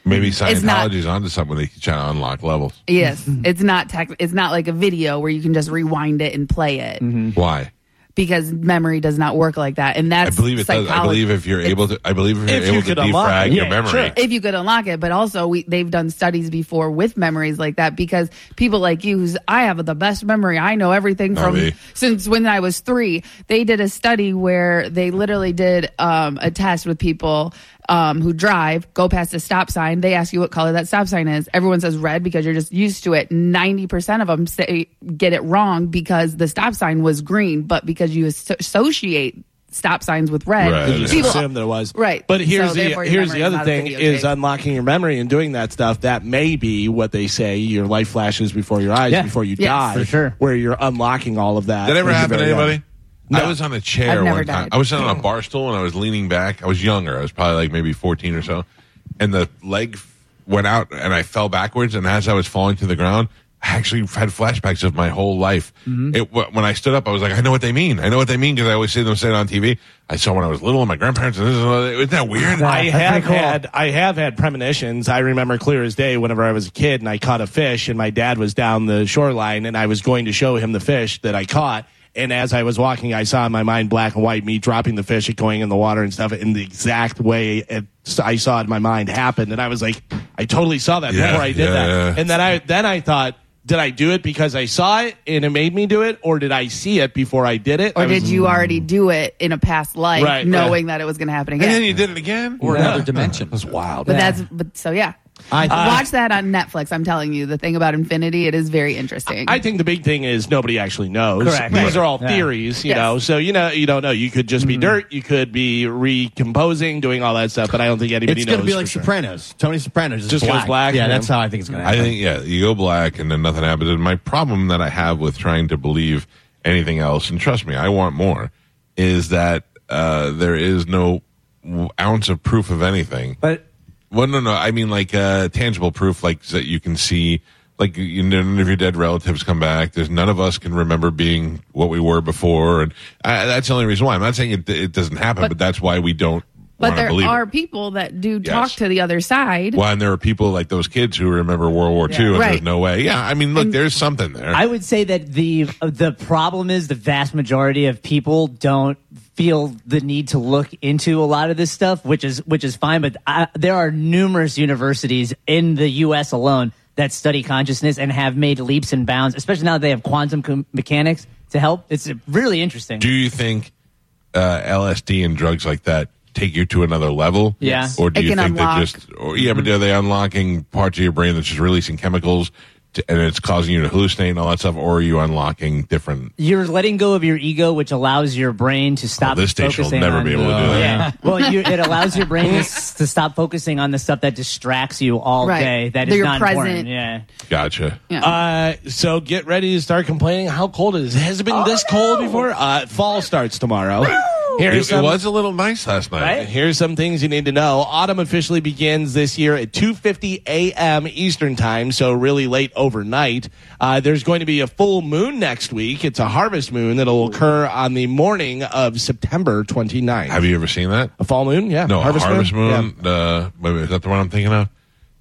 Speaker 2: Maybe
Speaker 4: not-
Speaker 2: Scientology's onto something. They trying to unlock levels.
Speaker 4: Yes, it's not tech. It's not like a video where you can just rewind it and play it
Speaker 2: Why?
Speaker 4: because memory does not work like that. And
Speaker 2: Mm-hmm. I
Speaker 4: that's
Speaker 2: believe it does. I
Speaker 4: psychology.
Speaker 2: believe if you're able to, I believe if you're
Speaker 3: If you
Speaker 2: able to
Speaker 3: could unlock
Speaker 2: defrag
Speaker 3: it.
Speaker 2: your
Speaker 5: Yeah,
Speaker 2: memory.
Speaker 3: sure.
Speaker 4: if you could unlock it but also we they've done studies before with memories like that because people like you who's i have the best memory i know everything
Speaker 2: Not
Speaker 4: from
Speaker 2: me.
Speaker 4: since when i was three they did a study where they literally did um, a test with people um, who drive go past a stop sign they ask you what color that stop sign is everyone says red because you're just used to it 90% of them say get it wrong because the stop sign was green but because you asso- associate stop signs with red
Speaker 2: Right. You just
Speaker 4: people
Speaker 3: assume there was
Speaker 4: Right.
Speaker 3: But here's
Speaker 4: So
Speaker 3: the
Speaker 4: therefore your
Speaker 3: here's
Speaker 4: memory
Speaker 3: the
Speaker 4: is
Speaker 3: other
Speaker 4: not a
Speaker 3: thing
Speaker 4: videotape.
Speaker 3: is unlocking your memory and doing that stuff. That may be what they say your life flashes before your eyes
Speaker 5: Yeah.
Speaker 3: before you
Speaker 4: Yes.
Speaker 3: die,
Speaker 5: For sure.
Speaker 3: Where you're unlocking all of that.
Speaker 2: Did that ever
Speaker 3: at the
Speaker 2: happen to
Speaker 3: very end.
Speaker 2: anybody? I was on a chair
Speaker 4: I've never
Speaker 2: one time.
Speaker 4: died.
Speaker 2: I was sitting on a bar stool and I was leaning back. I was younger. I was probably like maybe 14 or so. And the leg f- went out and I fell backwards. And as I was falling to the ground, I actually had flashbacks of my whole life.
Speaker 4: Mm-hmm.
Speaker 2: It, wh- when I stood up, I was like, I know what they mean. I know what they mean because I always see them say it on TV. I saw when I was little and my grandparents. And this is isn't that weird?
Speaker 3: I
Speaker 5: That's pretty
Speaker 3: have
Speaker 5: cool.
Speaker 3: had I have had premonitions. I remember clear as day whenever I was a kid and I caught a fish and my dad was down the shoreline and I was going to show him the fish that I caught. And as I was walking, I saw in my mind black and white me dropping the fish and going in the water and stuff in the exact way it, I saw it in my mind happen. And I was like, I totally saw that
Speaker 2: Yeah,
Speaker 3: before I did
Speaker 2: yeah,
Speaker 3: that.
Speaker 2: yeah.
Speaker 3: And then I then I thought, did I do it because I saw it and it made me do it, or did I see it before I did it?
Speaker 4: or
Speaker 3: I was-
Speaker 4: did you already do it in a past life
Speaker 3: Right,
Speaker 4: knowing that it was going to happen again
Speaker 2: And then you did it again?
Speaker 7: Or another dimension.
Speaker 4: but that's but so yeah
Speaker 6: I-
Speaker 2: Uh,
Speaker 4: watch that on netflix i'm telling you the thing about infinity it is very interesting
Speaker 3: I think the big thing is nobody actually knows.
Speaker 5: Correct.
Speaker 3: These
Speaker 5: Right.
Speaker 3: are all
Speaker 5: Yeah.
Speaker 3: theories, you
Speaker 4: Yes.
Speaker 3: know. So you know, you don't know. You could just be dirt. You could be recomposing, doing all that stuff. But I don't think anybody
Speaker 6: It's
Speaker 3: knows.
Speaker 6: going to be
Speaker 3: for
Speaker 6: like
Speaker 3: sure.
Speaker 6: Sopranos. Tony Sopranos is
Speaker 3: Just goes
Speaker 6: black.
Speaker 3: black,
Speaker 6: Yeah,
Speaker 3: yeah.
Speaker 6: that's how I think it's going to
Speaker 2: I
Speaker 6: happen.
Speaker 2: think yeah, you go black and then nothing happens. And my problem that I have with trying to believe anything else, and trust me, I want more, is that uh, there is no w- ounce of proof of anything.
Speaker 5: But
Speaker 2: Well, no, no. I mean, like uh, tangible proof, like that you can see, like you know, none of your dead relatives come back. There's none of us can remember being what we were before, and I, that's the only reason why. I'm not saying it, it doesn't happen, but,
Speaker 4: But-
Speaker 2: that's why we don't.
Speaker 4: but
Speaker 2: wanna
Speaker 4: there
Speaker 2: believe it.
Speaker 4: are people that do talk to the other side
Speaker 2: Well, and there are people like those kids who remember World War II, and there's
Speaker 4: Right.
Speaker 2: no way. Yeah, I mean, look, there's something there.
Speaker 5: I would say that the uh, the problem is the vast majority of people don't feel the need to look into a lot of this stuff, which is which is fine. But I, there are numerous universities in the U.S. alone that study consciousness and have made leaps and bounds, especially now that they have quantum com- mechanics to help. It's uh, really interesting.
Speaker 2: do you think uh, LSD and drugs like that take you to another level?
Speaker 5: Yeah.
Speaker 2: Or do
Speaker 4: It
Speaker 2: you
Speaker 4: can
Speaker 2: think
Speaker 4: unlock. Mm-hmm.
Speaker 2: they just, or, yeah, but are they unlocking parts of your brain that's just releasing chemicals to, and it's causing you to hallucinate and all that stuff? Or are you unlocking different?
Speaker 5: You're letting go of your ego, which allows your brain to stop.
Speaker 2: this station will
Speaker 5: focusing
Speaker 2: never
Speaker 5: on-
Speaker 2: be able to do that.
Speaker 5: Yeah. well, you, it allows your brain to, s- to stop focusing on the stuff that distracts you all
Speaker 4: Right.
Speaker 5: day. That
Speaker 4: That
Speaker 5: is
Speaker 4: you're
Speaker 5: not important.
Speaker 4: present.
Speaker 5: Yeah.
Speaker 2: Gotcha.
Speaker 4: Yeah.
Speaker 3: Uh, so get ready to start complaining. How cold it is? Has it been this cold before? Uh, fall starts tomorrow. Here's
Speaker 2: It, it
Speaker 3: some-
Speaker 2: was a little nice last night.
Speaker 5: um, Right?
Speaker 3: Here's some things you need to know. Autumn officially begins this year at 2:50 a.m. Eastern time, so really late overnight. Uh, there's going to be a full moon next week. It's a harvest moon that'll occur on the morning of September 29th.
Speaker 2: Have you ever seen that?
Speaker 3: a full moon? Yeah.
Speaker 2: No, Harvest, Moon.
Speaker 3: Yeah.
Speaker 2: Uh, wait, wait, is that the one I'm thinking of?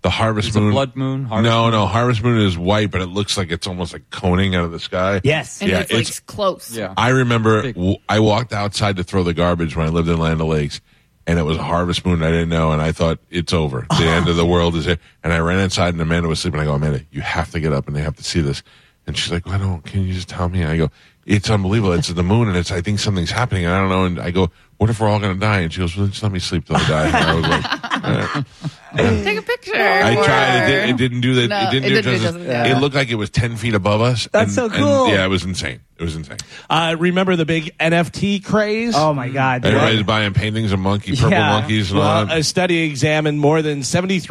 Speaker 2: The Harvest
Speaker 7: It's a
Speaker 2: Moon.
Speaker 7: blood moon, Harvest
Speaker 2: no, no, Harvest Moon is white, but it looks like it's almost like coning out of the sky.
Speaker 5: Yes.
Speaker 4: and
Speaker 2: yeah,
Speaker 4: it's, like,
Speaker 2: it's-
Speaker 4: close
Speaker 7: Yeah.
Speaker 2: I remember w- I walked outside to throw the garbage when I lived in Land O'Lakes, and it was a harvest moon. And I didn't know, and I thought it's over. The end of the world is here. And I ran inside, and Amanda was sleeping. I go, Amanda, you have to get up, and they have to see this. And she's like, I don't. Can you just tell me? And I go, it's unbelievable. It's the moon, and it's. I think something's happening, and I don't know. And I go, "Wh- what if we're all going to die? And she goes, well, just let me sleep till I die. And I was like, all right.
Speaker 4: Take a picture.
Speaker 2: I tried. It, did, it didn't do that.
Speaker 4: No,
Speaker 2: it didn't
Speaker 4: it
Speaker 2: do
Speaker 4: didn't do
Speaker 2: justice.
Speaker 4: justice, yeah.
Speaker 2: It looked like it was 10 feet above us.
Speaker 5: That's so cool.
Speaker 2: yeah, it was insane. It was insane.
Speaker 3: Uh, remember the big NFT craze?
Speaker 5: Oh my god! dude.
Speaker 2: Everybody's buying paintings of monkey, purple
Speaker 5: Yeah.
Speaker 2: monkeys and all
Speaker 3: Well,
Speaker 2: that.
Speaker 3: a study examined more than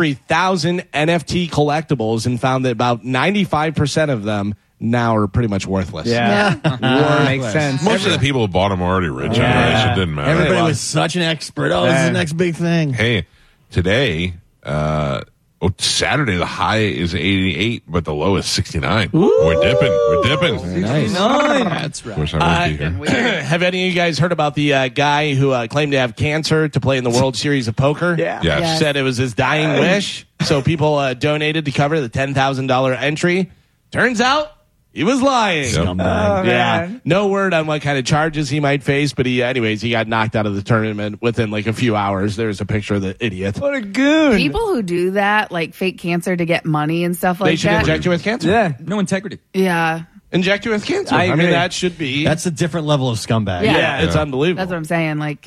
Speaker 3: 73,000 NFT collectibles and found that about 95% of them now are pretty much worthless.
Speaker 5: Yeah, That makes sense.
Speaker 2: Most of the people who bought them were already rich.
Speaker 5: Yeah.
Speaker 2: Anyway, so it didn't matter.
Speaker 6: Everybody was such an expert. Oh, this is the
Speaker 5: Man.
Speaker 6: next big thing.
Speaker 2: hey, today, uh, oh, Saturday, the high is 88, but the low is 69. We're dipping. We're dipping.
Speaker 7: Nice.
Speaker 6: That's
Speaker 2: Of
Speaker 6: right.
Speaker 2: course, I would be here.
Speaker 3: have any of you guys heard about the uh, guy who uh, claimed to have cancer to play in the World Series of Poker?
Speaker 5: Yeah.
Speaker 2: Yes. Yes.
Speaker 3: Said it was his dying wish. So people uh, donated to cover the $10,000 entry. Turns out he was lying.
Speaker 2: Yep.
Speaker 5: Oh,
Speaker 3: Yeah.
Speaker 5: man.
Speaker 3: No word on what kind of charges he might face, but he, anyways, he got knocked out of the tournament within like a few hours. There's a picture of the idiot.
Speaker 5: What a goon.
Speaker 4: People who do that, like fake cancer to get money and stuff
Speaker 3: They
Speaker 4: like
Speaker 3: should
Speaker 4: that.
Speaker 3: inject you with cancer.
Speaker 5: yeah.
Speaker 7: No integrity.
Speaker 4: yeah.
Speaker 3: Inject you with cancer. I,
Speaker 5: I
Speaker 3: mean,
Speaker 5: agree.
Speaker 3: that should be.
Speaker 6: That's a different level of scumbag.
Speaker 4: Yeah.
Speaker 3: yeah, it's unbelievable.
Speaker 4: That's what I'm saying. Like,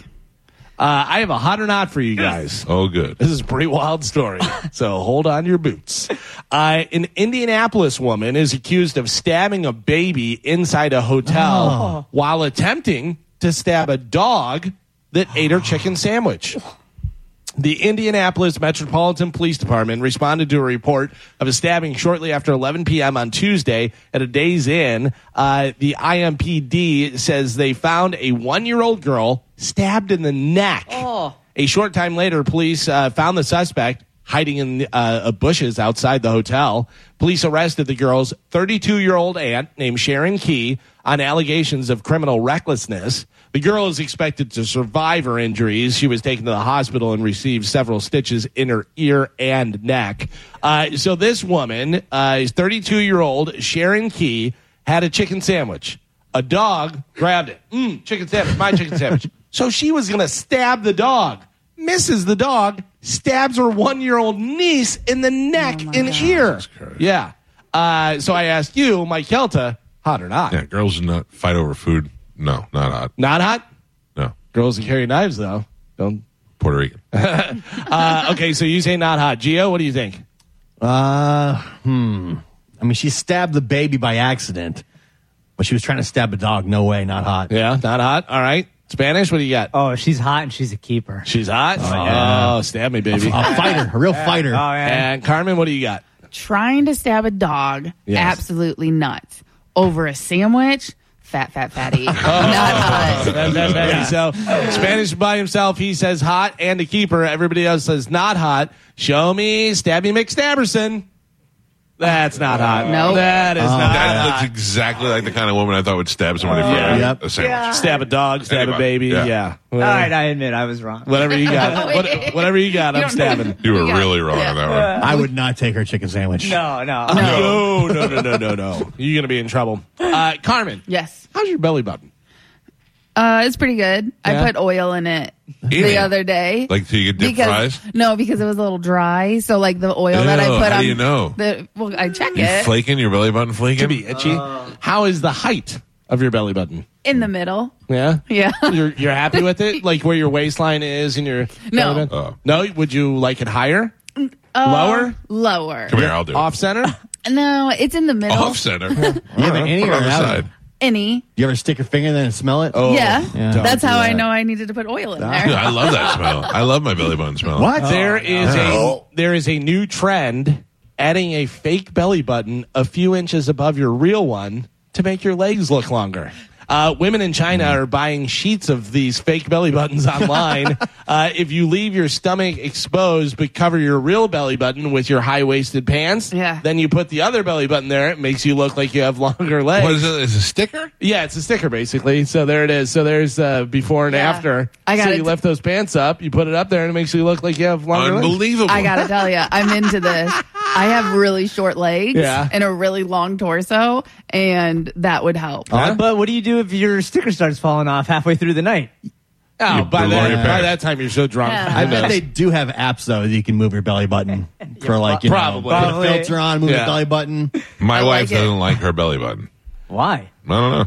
Speaker 3: uh, I have a hot or not for you guys.
Speaker 2: Oh, good.
Speaker 3: This is a pretty wild story, so hold on to your boots. Uh, an Indianapolis woman is accused of stabbing a baby inside a hotel while attempting to stab a dog that ate her chicken sandwich. The Indianapolis Metropolitan Police Department responded to a report of a stabbing shortly after 11 p.m. on Tuesday at a Days Inn. Uh, the IMPD says they found a one year old girl stabbed in the neck. A short time later, police uh, found the suspect hiding in uh, bushes outside the hotel. Police arrested the girl's 32 year old aunt named Sharon Key on allegations of criminal recklessness. The girl is expected to survive her injuries. She was taken to the hospital and received several stitches in her ear and neck. Uh, so this woman, uh, is 32 year old Sharon Key, had a chicken sandwich. A dog grabbed it. Mm, chicken sandwich, my chicken sandwich. So she was going to stab the dog. Misses the dog, stabs her one year old niece in the neck and ear. Yeah. Uh, so I asked you, Mike Kelta, hot or not?
Speaker 2: Yeah, girls do not fight over food. No, not hot.
Speaker 3: Not hot?
Speaker 2: No.
Speaker 3: Girls can carry knives, though. Don't.
Speaker 2: Puerto Rican.
Speaker 3: Uh, okay, so you say not hot. Gio, what do you think?
Speaker 6: Uh, hmm. I mean, she stabbed the baby by accident, but she was trying to stab a dog. No way, not hot.
Speaker 3: Yeah, not hot. All right. Spanish, what do you got?
Speaker 5: Oh, she's hot and she's a keeper.
Speaker 3: She's hot. Oh, stab me, baby.
Speaker 6: A fighter, a real fighter.
Speaker 5: Oh man.
Speaker 3: and Carmen, what do you got?
Speaker 4: trying to stab a dog, absolutely nuts. Over a sandwich, fat, fat, fatty. Not us.
Speaker 3: That- that- that- So Spanish by himself, he says hot and a keeper. Everybody else says not hot. Show me Stabby McStabberson. That's not hot.
Speaker 4: Nope.
Speaker 3: that is not
Speaker 2: that
Speaker 3: hot.
Speaker 2: looks exactly like the kind of woman I thought would stab somebody for a-
Speaker 6: Yep.
Speaker 2: a sandwich.
Speaker 3: Stab a dog, stab a
Speaker 2: Anybody.
Speaker 3: baby. Yeah.
Speaker 2: Yeah.
Speaker 3: Well,
Speaker 5: All right, I admit I was wrong.
Speaker 3: Whatever you got, what,
Speaker 4: Wait.
Speaker 3: whatever you got,
Speaker 4: You
Speaker 3: I'm
Speaker 4: don't know.
Speaker 3: stabbing.
Speaker 2: You were
Speaker 4: Yeah.
Speaker 2: really wrong on that one.
Speaker 6: I would not take her chicken sandwich.
Speaker 5: No, no.
Speaker 3: No, Oh, no, no, no, no, no. You're gonna be in trouble. Uh, Carmen,
Speaker 4: Yes.
Speaker 3: how's your belly button?
Speaker 4: Uh, it's pretty good.
Speaker 3: Yeah?
Speaker 4: I put oil in it
Speaker 2: In
Speaker 4: the
Speaker 2: it?
Speaker 4: other day.
Speaker 2: Like, so you could dip
Speaker 4: because,
Speaker 2: fries?
Speaker 4: No, because it was a little dry. So like the oil that I
Speaker 2: Ew,
Speaker 4: put
Speaker 2: how
Speaker 4: on
Speaker 2: do you know?
Speaker 4: the well I check
Speaker 2: You
Speaker 4: it
Speaker 2: flaking your belly button flaking?
Speaker 3: Could be itchy. How is the height of your belly button?
Speaker 4: in the middle.
Speaker 3: Yeah.
Speaker 4: Yeah.
Speaker 3: You're you're happy with it? Like where your waistline is and your
Speaker 4: No.
Speaker 3: belly button?
Speaker 2: Oh.
Speaker 3: No, would you like it higher? Lower?
Speaker 4: Uh, Lower.
Speaker 2: Come here, I'll do it.
Speaker 3: Off center?
Speaker 4: No, it's in the middle.
Speaker 2: Off center.
Speaker 6: Either in or out.
Speaker 4: Any.
Speaker 6: You ever stick your finger in there and smell it? Oh,
Speaker 4: yeah.
Speaker 6: Yeah.
Speaker 4: That's
Speaker 6: Don't
Speaker 4: how
Speaker 6: do
Speaker 4: I
Speaker 6: that.
Speaker 4: know I needed to put oil in there.
Speaker 2: I love that smell. I love my belly button smell.
Speaker 6: What?
Speaker 3: There is
Speaker 2: Oh.
Speaker 3: a there is a new trend adding a fake belly button a few inches above your real one to make your legs look longer. Uh, women in China
Speaker 2: Hmm.
Speaker 3: are buying sheets of these fake belly buttons online. uh, if you leave your stomach exposed but cover your real belly button with your high waisted pants,
Speaker 4: Yeah.
Speaker 3: then you put the other belly button there. It makes you look like you have longer legs.
Speaker 2: What is it? Is it a sticker?
Speaker 3: Yeah, it's a sticker basically. So there it is. So there's uh, before and
Speaker 4: Yeah.
Speaker 3: after.
Speaker 4: I got
Speaker 3: so
Speaker 4: it.
Speaker 3: you left those pants up, you put it up there, and it makes you look like you have longer legs.
Speaker 2: Unbelievable.
Speaker 4: I gotta tell you, I'm into this. I have really short legs
Speaker 3: Yeah.
Speaker 4: and a really long torso, and that would help.
Speaker 5: Uh, But what do you do if your sticker starts falling off halfway through the night?
Speaker 3: Oh,
Speaker 2: You
Speaker 3: by
Speaker 2: blew all
Speaker 3: that,
Speaker 2: your
Speaker 3: by
Speaker 2: pants.
Speaker 3: that time you're so drunk.
Speaker 4: Yeah.
Speaker 6: I bet they do have apps though that you can move your belly button for like you know,
Speaker 3: probably.
Speaker 6: put a
Speaker 5: Probably.
Speaker 6: filter on, move
Speaker 3: Yeah.
Speaker 6: your belly button.
Speaker 2: My
Speaker 4: I
Speaker 2: wife
Speaker 4: like it.
Speaker 2: doesn't like her belly button.
Speaker 5: Why?
Speaker 2: I don't know.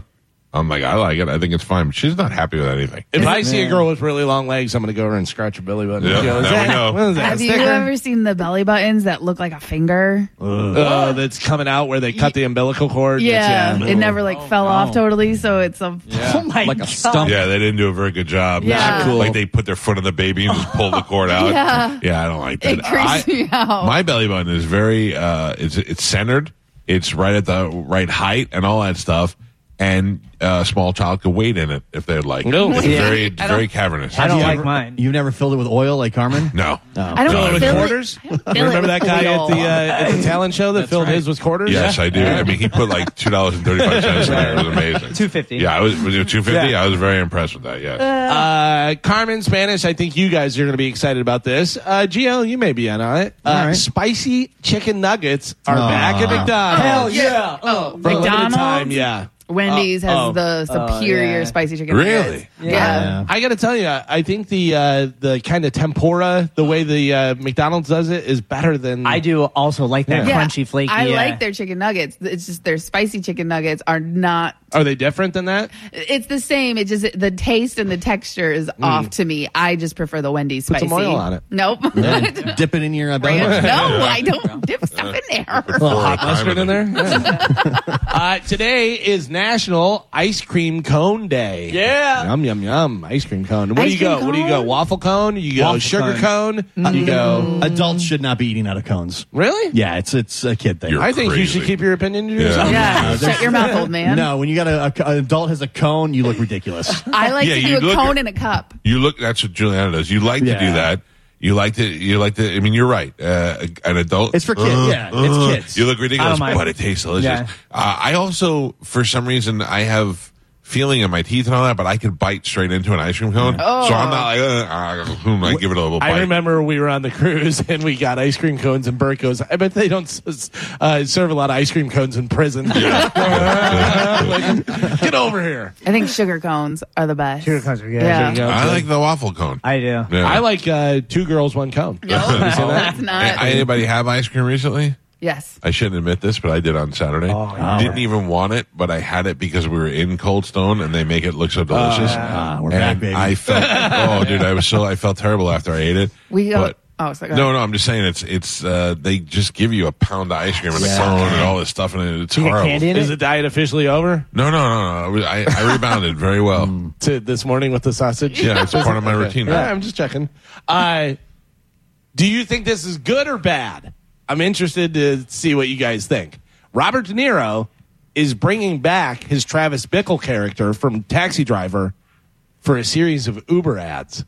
Speaker 2: I'm like, I like it. I think it's fine. She's not happy with anything.
Speaker 3: If I see a girl with really long legs, I'm going to go over and scratch her belly button.
Speaker 2: Yeah,
Speaker 3: She goes,
Speaker 2: there we
Speaker 3: "Ah,
Speaker 2: go."
Speaker 3: what is that, a
Speaker 4: Have you
Speaker 3: sticker?"
Speaker 4: ever seen the belly buttons that look like a finger?
Speaker 3: Uh, that's coming out where they cut the umbilical cord.
Speaker 4: Yeah,
Speaker 3: It's- uh,
Speaker 4: it never like fell off totally, so it's a
Speaker 5: Oh my
Speaker 7: Like a
Speaker 5: god!
Speaker 7: stump.
Speaker 2: Yeah, they didn't do a very good job.
Speaker 4: Yeah. Not cool.
Speaker 2: Like they put their foot on the baby and just pulled the cord out.
Speaker 4: Yeah.
Speaker 2: I don't like that.
Speaker 4: It creeps
Speaker 2: I-
Speaker 4: me out.
Speaker 2: My belly button is very uh it's it's centered. It's right at the right height and all that stuff. And uh, a small child could wait in it if they'd like.
Speaker 3: No.
Speaker 2: It's
Speaker 3: Yeah.
Speaker 2: very it's very cavernous.
Speaker 5: I don't
Speaker 6: You
Speaker 5: like
Speaker 6: ever-
Speaker 5: mine.
Speaker 6: You've never filled it with oil like Carmen?
Speaker 2: No.
Speaker 4: I don't
Speaker 2: No,
Speaker 4: feel
Speaker 2: with
Speaker 4: it-
Speaker 3: quarters?
Speaker 4: I don't feel
Speaker 3: You
Speaker 4: it
Speaker 3: remember
Speaker 4: with
Speaker 3: that guy at the
Speaker 4: oil.
Speaker 3: uh, at the talent show that filled his with quarters?
Speaker 2: Yes, I do. I mean, he put like two dollars and thirty five cents in there. It was amazing.
Speaker 5: $2.50.
Speaker 2: Yeah, I was was it two fifty.
Speaker 5: Yeah.
Speaker 2: I was very impressed with that. Yes.
Speaker 3: Uh, Carmen Spanish, I think you guys are going to be excited about this. Uh, Gio, you may be in on it. Uh,
Speaker 6: All right.
Speaker 3: Spicy chicken nuggets are back
Speaker 2: Ah.
Speaker 3: at McDonald's.
Speaker 5: Hell yeah! Oh,
Speaker 3: For a limited
Speaker 4: McDonald's?
Speaker 3: Time, yeah.
Speaker 4: Wendy's has
Speaker 3: oh.
Speaker 4: the superior
Speaker 5: yeah.
Speaker 4: spicy chicken.
Speaker 2: Really?
Speaker 4: nuggets. Yeah.
Speaker 3: I got to tell you, I think the uh, the kind of tempura, the way the uh, McDonald's does it, is better than
Speaker 5: I do also like that
Speaker 4: Yeah.
Speaker 5: crunchy, flaky.
Speaker 4: I
Speaker 5: yeah.
Speaker 4: like their chicken nuggets. It's just their spicy chicken nuggets are not.
Speaker 3: Are they different than that?
Speaker 4: It's the same. It just the taste and the texture is off to me. I just prefer the Wendy's
Speaker 3: Put
Speaker 4: spicy.
Speaker 3: some oil on it.
Speaker 4: Nope.
Speaker 6: Yeah. Dip it in your uh, belly
Speaker 4: Ranch.
Speaker 6: button.
Speaker 4: No, I don't dip stuff in there.
Speaker 2: Or a time
Speaker 3: Mustard in
Speaker 2: of
Speaker 3: there.
Speaker 2: it.
Speaker 3: uh, today is National Ice Cream Cone Day.
Speaker 5: Yeah.
Speaker 3: Yum yum yum. Ice cream cone. What do
Speaker 4: Ice
Speaker 3: you go?
Speaker 4: cream
Speaker 3: What do you go?
Speaker 4: cone?
Speaker 3: Waffle cone. You go
Speaker 5: Waffle
Speaker 3: sugar cone. You go.
Speaker 6: Adults should not be eating out of cones.
Speaker 3: Really?
Speaker 6: Yeah, it's it's a kid thing.
Speaker 2: You're
Speaker 3: I think you should
Speaker 2: Crazy.
Speaker 3: keep your opinion to
Speaker 2: Yeah.
Speaker 3: yourself.
Speaker 4: Yeah, shut your mouth, old man.
Speaker 6: No, when you got a, a co- an adult has a cone, you look ridiculous.
Speaker 4: I like
Speaker 2: Yeah,
Speaker 4: to
Speaker 2: you
Speaker 4: do a
Speaker 2: look
Speaker 4: cone
Speaker 2: at-
Speaker 4: in a cup.
Speaker 2: You look. That's what Juliana does. You like to do
Speaker 6: Yeah.
Speaker 2: that. You like to. You like to. I mean, you're right. Uh, an adult.
Speaker 6: It's for kids.
Speaker 2: Uh,
Speaker 6: Yeah, it's
Speaker 2: uh,
Speaker 6: kids.
Speaker 2: You look
Speaker 5: I
Speaker 2: ridiculous,
Speaker 5: don't mind.
Speaker 2: but it tastes delicious.
Speaker 5: Yeah.
Speaker 2: Uh, I also, for some reason, I have feeling in my teeth and all that, but I can bite straight into an ice cream cone. So I'm not like, uh, uh, hmm, I give it a little bite.
Speaker 3: I remember we were on the cruise and we got ice cream cones and Burkos. I bet they don't s- uh, serve a lot of ice cream cones in prison. Get over here.
Speaker 4: I think sugar cones are the best. Sugar
Speaker 5: cones are good.
Speaker 4: Yeah.
Speaker 3: Sugar
Speaker 2: I like the waffle cone.
Speaker 5: I do.
Speaker 2: Yeah.
Speaker 3: I like uh, two girls, one cone.
Speaker 4: No, that's not.
Speaker 2: A- anybody have ice cream recently?
Speaker 4: yes.
Speaker 2: I shouldn't admit this, but I did on Saturday. Didn't even want it, but I had it because we were in Cold Stone and they make it look so delicious.
Speaker 6: Ah, we're back,
Speaker 2: and
Speaker 6: baby.
Speaker 2: I felt oh dude, I was so I felt terrible after I ate it.
Speaker 4: We go.
Speaker 2: But-
Speaker 4: oh, sorry. go
Speaker 2: no,
Speaker 4: ahead.
Speaker 2: no, I'm just saying it's it's uh, they just give you a pound of ice cream and a cone and all this stuff and it. it's
Speaker 5: You get
Speaker 2: horrible.
Speaker 5: candy in
Speaker 3: Is
Speaker 5: it?
Speaker 3: the diet officially over
Speaker 2: No, no, no, no. I, I rebounded very well.
Speaker 3: to this morning with the sausage?
Speaker 2: Yeah, it's a part of my routine. now.
Speaker 3: Yeah, I'm just checking. Uh, do you think this is good or bad? I'm interested to see what you guys think. Robert De Niro is bringing back his Travis Bickle character from Taxi Driver for a series of Uber ads.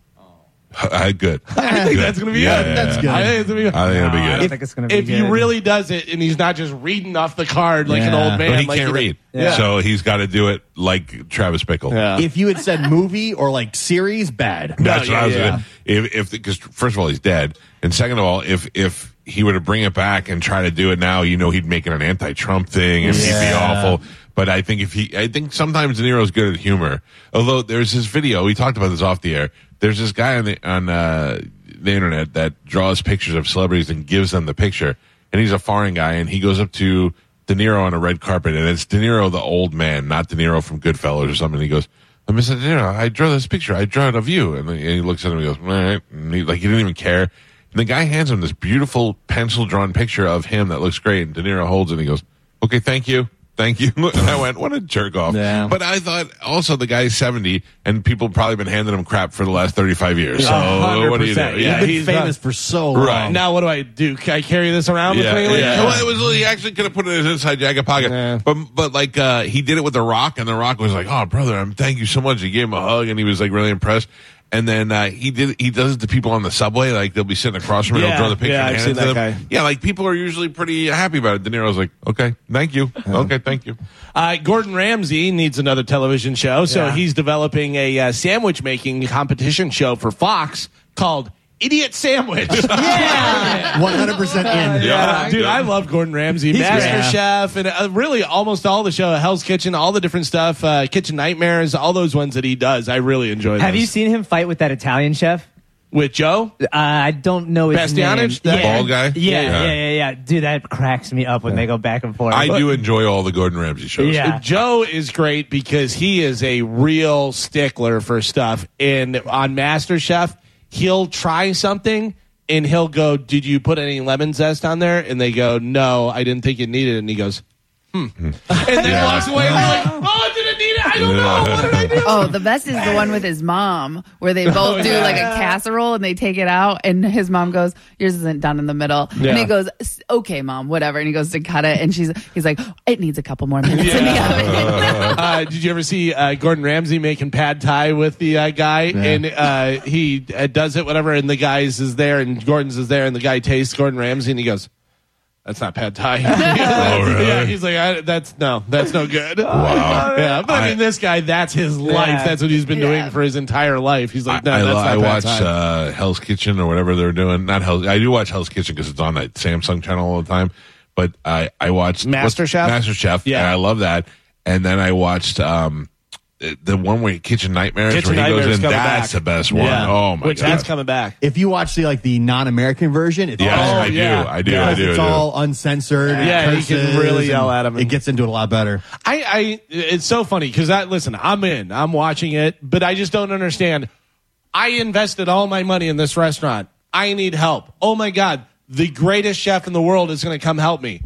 Speaker 2: I, good.
Speaker 3: I think that's going to be
Speaker 2: Yeah,
Speaker 3: good.
Speaker 2: yeah, That's yeah.
Speaker 6: good.
Speaker 3: I think it's going to be
Speaker 2: I think it'll be
Speaker 5: No, I
Speaker 2: good.
Speaker 5: don't think it's going to be
Speaker 3: If
Speaker 5: good.
Speaker 3: he really does it and he's not just reading off the card like an
Speaker 6: Yeah.
Speaker 3: old man.
Speaker 2: but he
Speaker 3: like
Speaker 2: can't
Speaker 3: did-
Speaker 2: read,
Speaker 3: Yeah.
Speaker 2: so he's got to do it like Travis Bickle.
Speaker 3: Yeah.
Speaker 6: if you had said movie or like series, bad.
Speaker 2: That's
Speaker 3: No,
Speaker 2: what
Speaker 3: yeah,
Speaker 2: I was
Speaker 3: yeah.
Speaker 2: gonna. If if because first of all he's dead, and second of all, if if he were to bring it back and try to do it now, you know he'd make it an anti-Trump thing and he'd be awful. But I think if he, I think sometimes De Niro's good at humor. Although there's this video we talked about this off the air. There's this guy on the on uh, the internet that draws pictures of celebrities and gives them the picture, and he's a foreign guy, and he goes up to De Niro on a red carpet, and it's De Niro the old man, not De Niro from Goodfellas or something. He goes, "Uh, "Mr. De Niro, I drew this picture. I drew it of you." And, then- and he looks at him and he goes, "All right." and he, like he didn't even care. And the guy hands him this beautiful pencil drawn picture of him that looks great, and De Niro holds it and he goes, "Okay, thank you." Thank you. And I went, what a jerk off.
Speaker 6: Yeah.
Speaker 2: But I thought also the guy's 70 and people probably been handing him crap for the last 35 years. So what do you do?
Speaker 3: 100%.
Speaker 6: You've
Speaker 3: Yeah,
Speaker 6: been
Speaker 3: he's
Speaker 6: famous
Speaker 3: not-
Speaker 6: for so long.
Speaker 2: Right.
Speaker 3: Now what do I do? Can I carry this around
Speaker 2: yeah,
Speaker 3: with me?
Speaker 2: yeah. Well, it was he actually could have put it in his inside jacket pocket,
Speaker 3: Yeah.
Speaker 2: but but like uh, he did it with the Rock, and the Rock was like, "Oh, brother, I'm thank you so much." He gave him a hug, and he was like really impressed. And then uh, he did he does it to people on the subway, like they'll be sitting across from him,
Speaker 3: Yeah,
Speaker 2: he'll draw the picture,
Speaker 3: yeah,
Speaker 2: and
Speaker 3: I've
Speaker 2: hand it
Speaker 3: seen
Speaker 2: to
Speaker 3: that
Speaker 2: them.
Speaker 3: guy.
Speaker 2: Yeah, like people are usually pretty happy about it. De Niro's like, "Okay, thank you, okay, thank you."
Speaker 3: Uh, Gordon Ramsay needs another television show, so
Speaker 5: Yeah.
Speaker 3: he's developing a uh, sandwich making competition show for Fox called Idiot Sandwich. yeah.
Speaker 6: 100% in.
Speaker 2: Yeah.
Speaker 3: Dude, I love Gordon Ramsay, Master Chef, and uh, really almost all the show, Hell's Kitchen, all the different stuff, uh, Kitchen Nightmares, all those ones that he does. I really enjoy.
Speaker 5: Have
Speaker 3: those.
Speaker 5: you seen him fight with that Italian chef?
Speaker 3: with Joe.
Speaker 5: Uh, I don't know his name.
Speaker 3: Bastianich, the
Speaker 2: bald guy? Yeah.
Speaker 5: Yeah, yeah, yeah, yeah, Dude, that cracks me up when they go back and forth.
Speaker 2: I do enjoy all the Gordon Ramsay shows.
Speaker 5: Yeah.
Speaker 3: Joe is great because he is a real stickler for stuff. And on MasterChef, he'll try something and he'll go, Did you put any lemon zest on there? And they go, No, I didn't think you needed it. And he goes, Hmm. And then walks away and we're like, Oh, did it need it? I don't know. What did I do?
Speaker 4: Oh, the best is the one with his mom, where they both do like a casserole and they take it out, and his mom goes, "Yours isn't done in the middle,"
Speaker 3: Yeah.
Speaker 4: and he goes, "S- "Okay, mom, whatever," and he goes to cut it, and she's he's like, "It needs a couple more minutes in the oven."
Speaker 3: uh, did you ever see uh, Gordon Ramsay making pad thai with the uh, guy? And uh, he uh, does it, whatever, and the guy's is there, and Gordon's is there, and the guy tastes Gordon Ramsay, and he goes, "That's not pad thai."
Speaker 2: Oh, really?
Speaker 3: Yeah, he's like, I, "That's no, that's no good."
Speaker 2: Wow.
Speaker 3: Yeah, but I,
Speaker 2: I-
Speaker 3: mean, this guy, that's his life.
Speaker 5: Yeah.
Speaker 3: That's what he's been
Speaker 4: Yeah.
Speaker 3: doing for his entire life. He's
Speaker 2: I,
Speaker 3: like, "No,
Speaker 2: I,
Speaker 3: that's
Speaker 2: lo-
Speaker 3: not
Speaker 2: I
Speaker 3: pad
Speaker 2: watch
Speaker 3: thai."
Speaker 2: uh, Hell's Kitchen or whatever they're doing. Not Hell's. I do watch Hell's Kitchen because it's on that Samsung channel all the time. But I I watched what's-
Speaker 3: MasterChef?
Speaker 2: MasterChef.
Speaker 3: Yeah.
Speaker 2: and I love that. And then I watched um the the one where Kitchen Nightmares
Speaker 3: Kitchen
Speaker 2: where he
Speaker 3: Nightmares
Speaker 2: goes in.
Speaker 3: coming
Speaker 2: That's
Speaker 3: back.
Speaker 2: the best one.
Speaker 3: Yeah.
Speaker 2: Oh my
Speaker 3: Which
Speaker 2: god.
Speaker 3: that's coming back.
Speaker 6: If you watch the like the non-American version, it's
Speaker 2: Yes,
Speaker 3: Oh,
Speaker 6: all
Speaker 2: I do, I do, I
Speaker 6: because
Speaker 2: do, I
Speaker 6: It's
Speaker 2: do.
Speaker 6: all uncensored. and
Speaker 3: Yeah, you can
Speaker 6: curses,
Speaker 3: really yell
Speaker 6: and
Speaker 3: at 'em.
Speaker 6: It gets into it a lot better.
Speaker 3: I, I it's so funny because I listen, I'm in, I'm watching it, but I just don't understand. I invested all my money in this restaurant. I need help. Oh my god, the greatest chef in the world is going to come help me.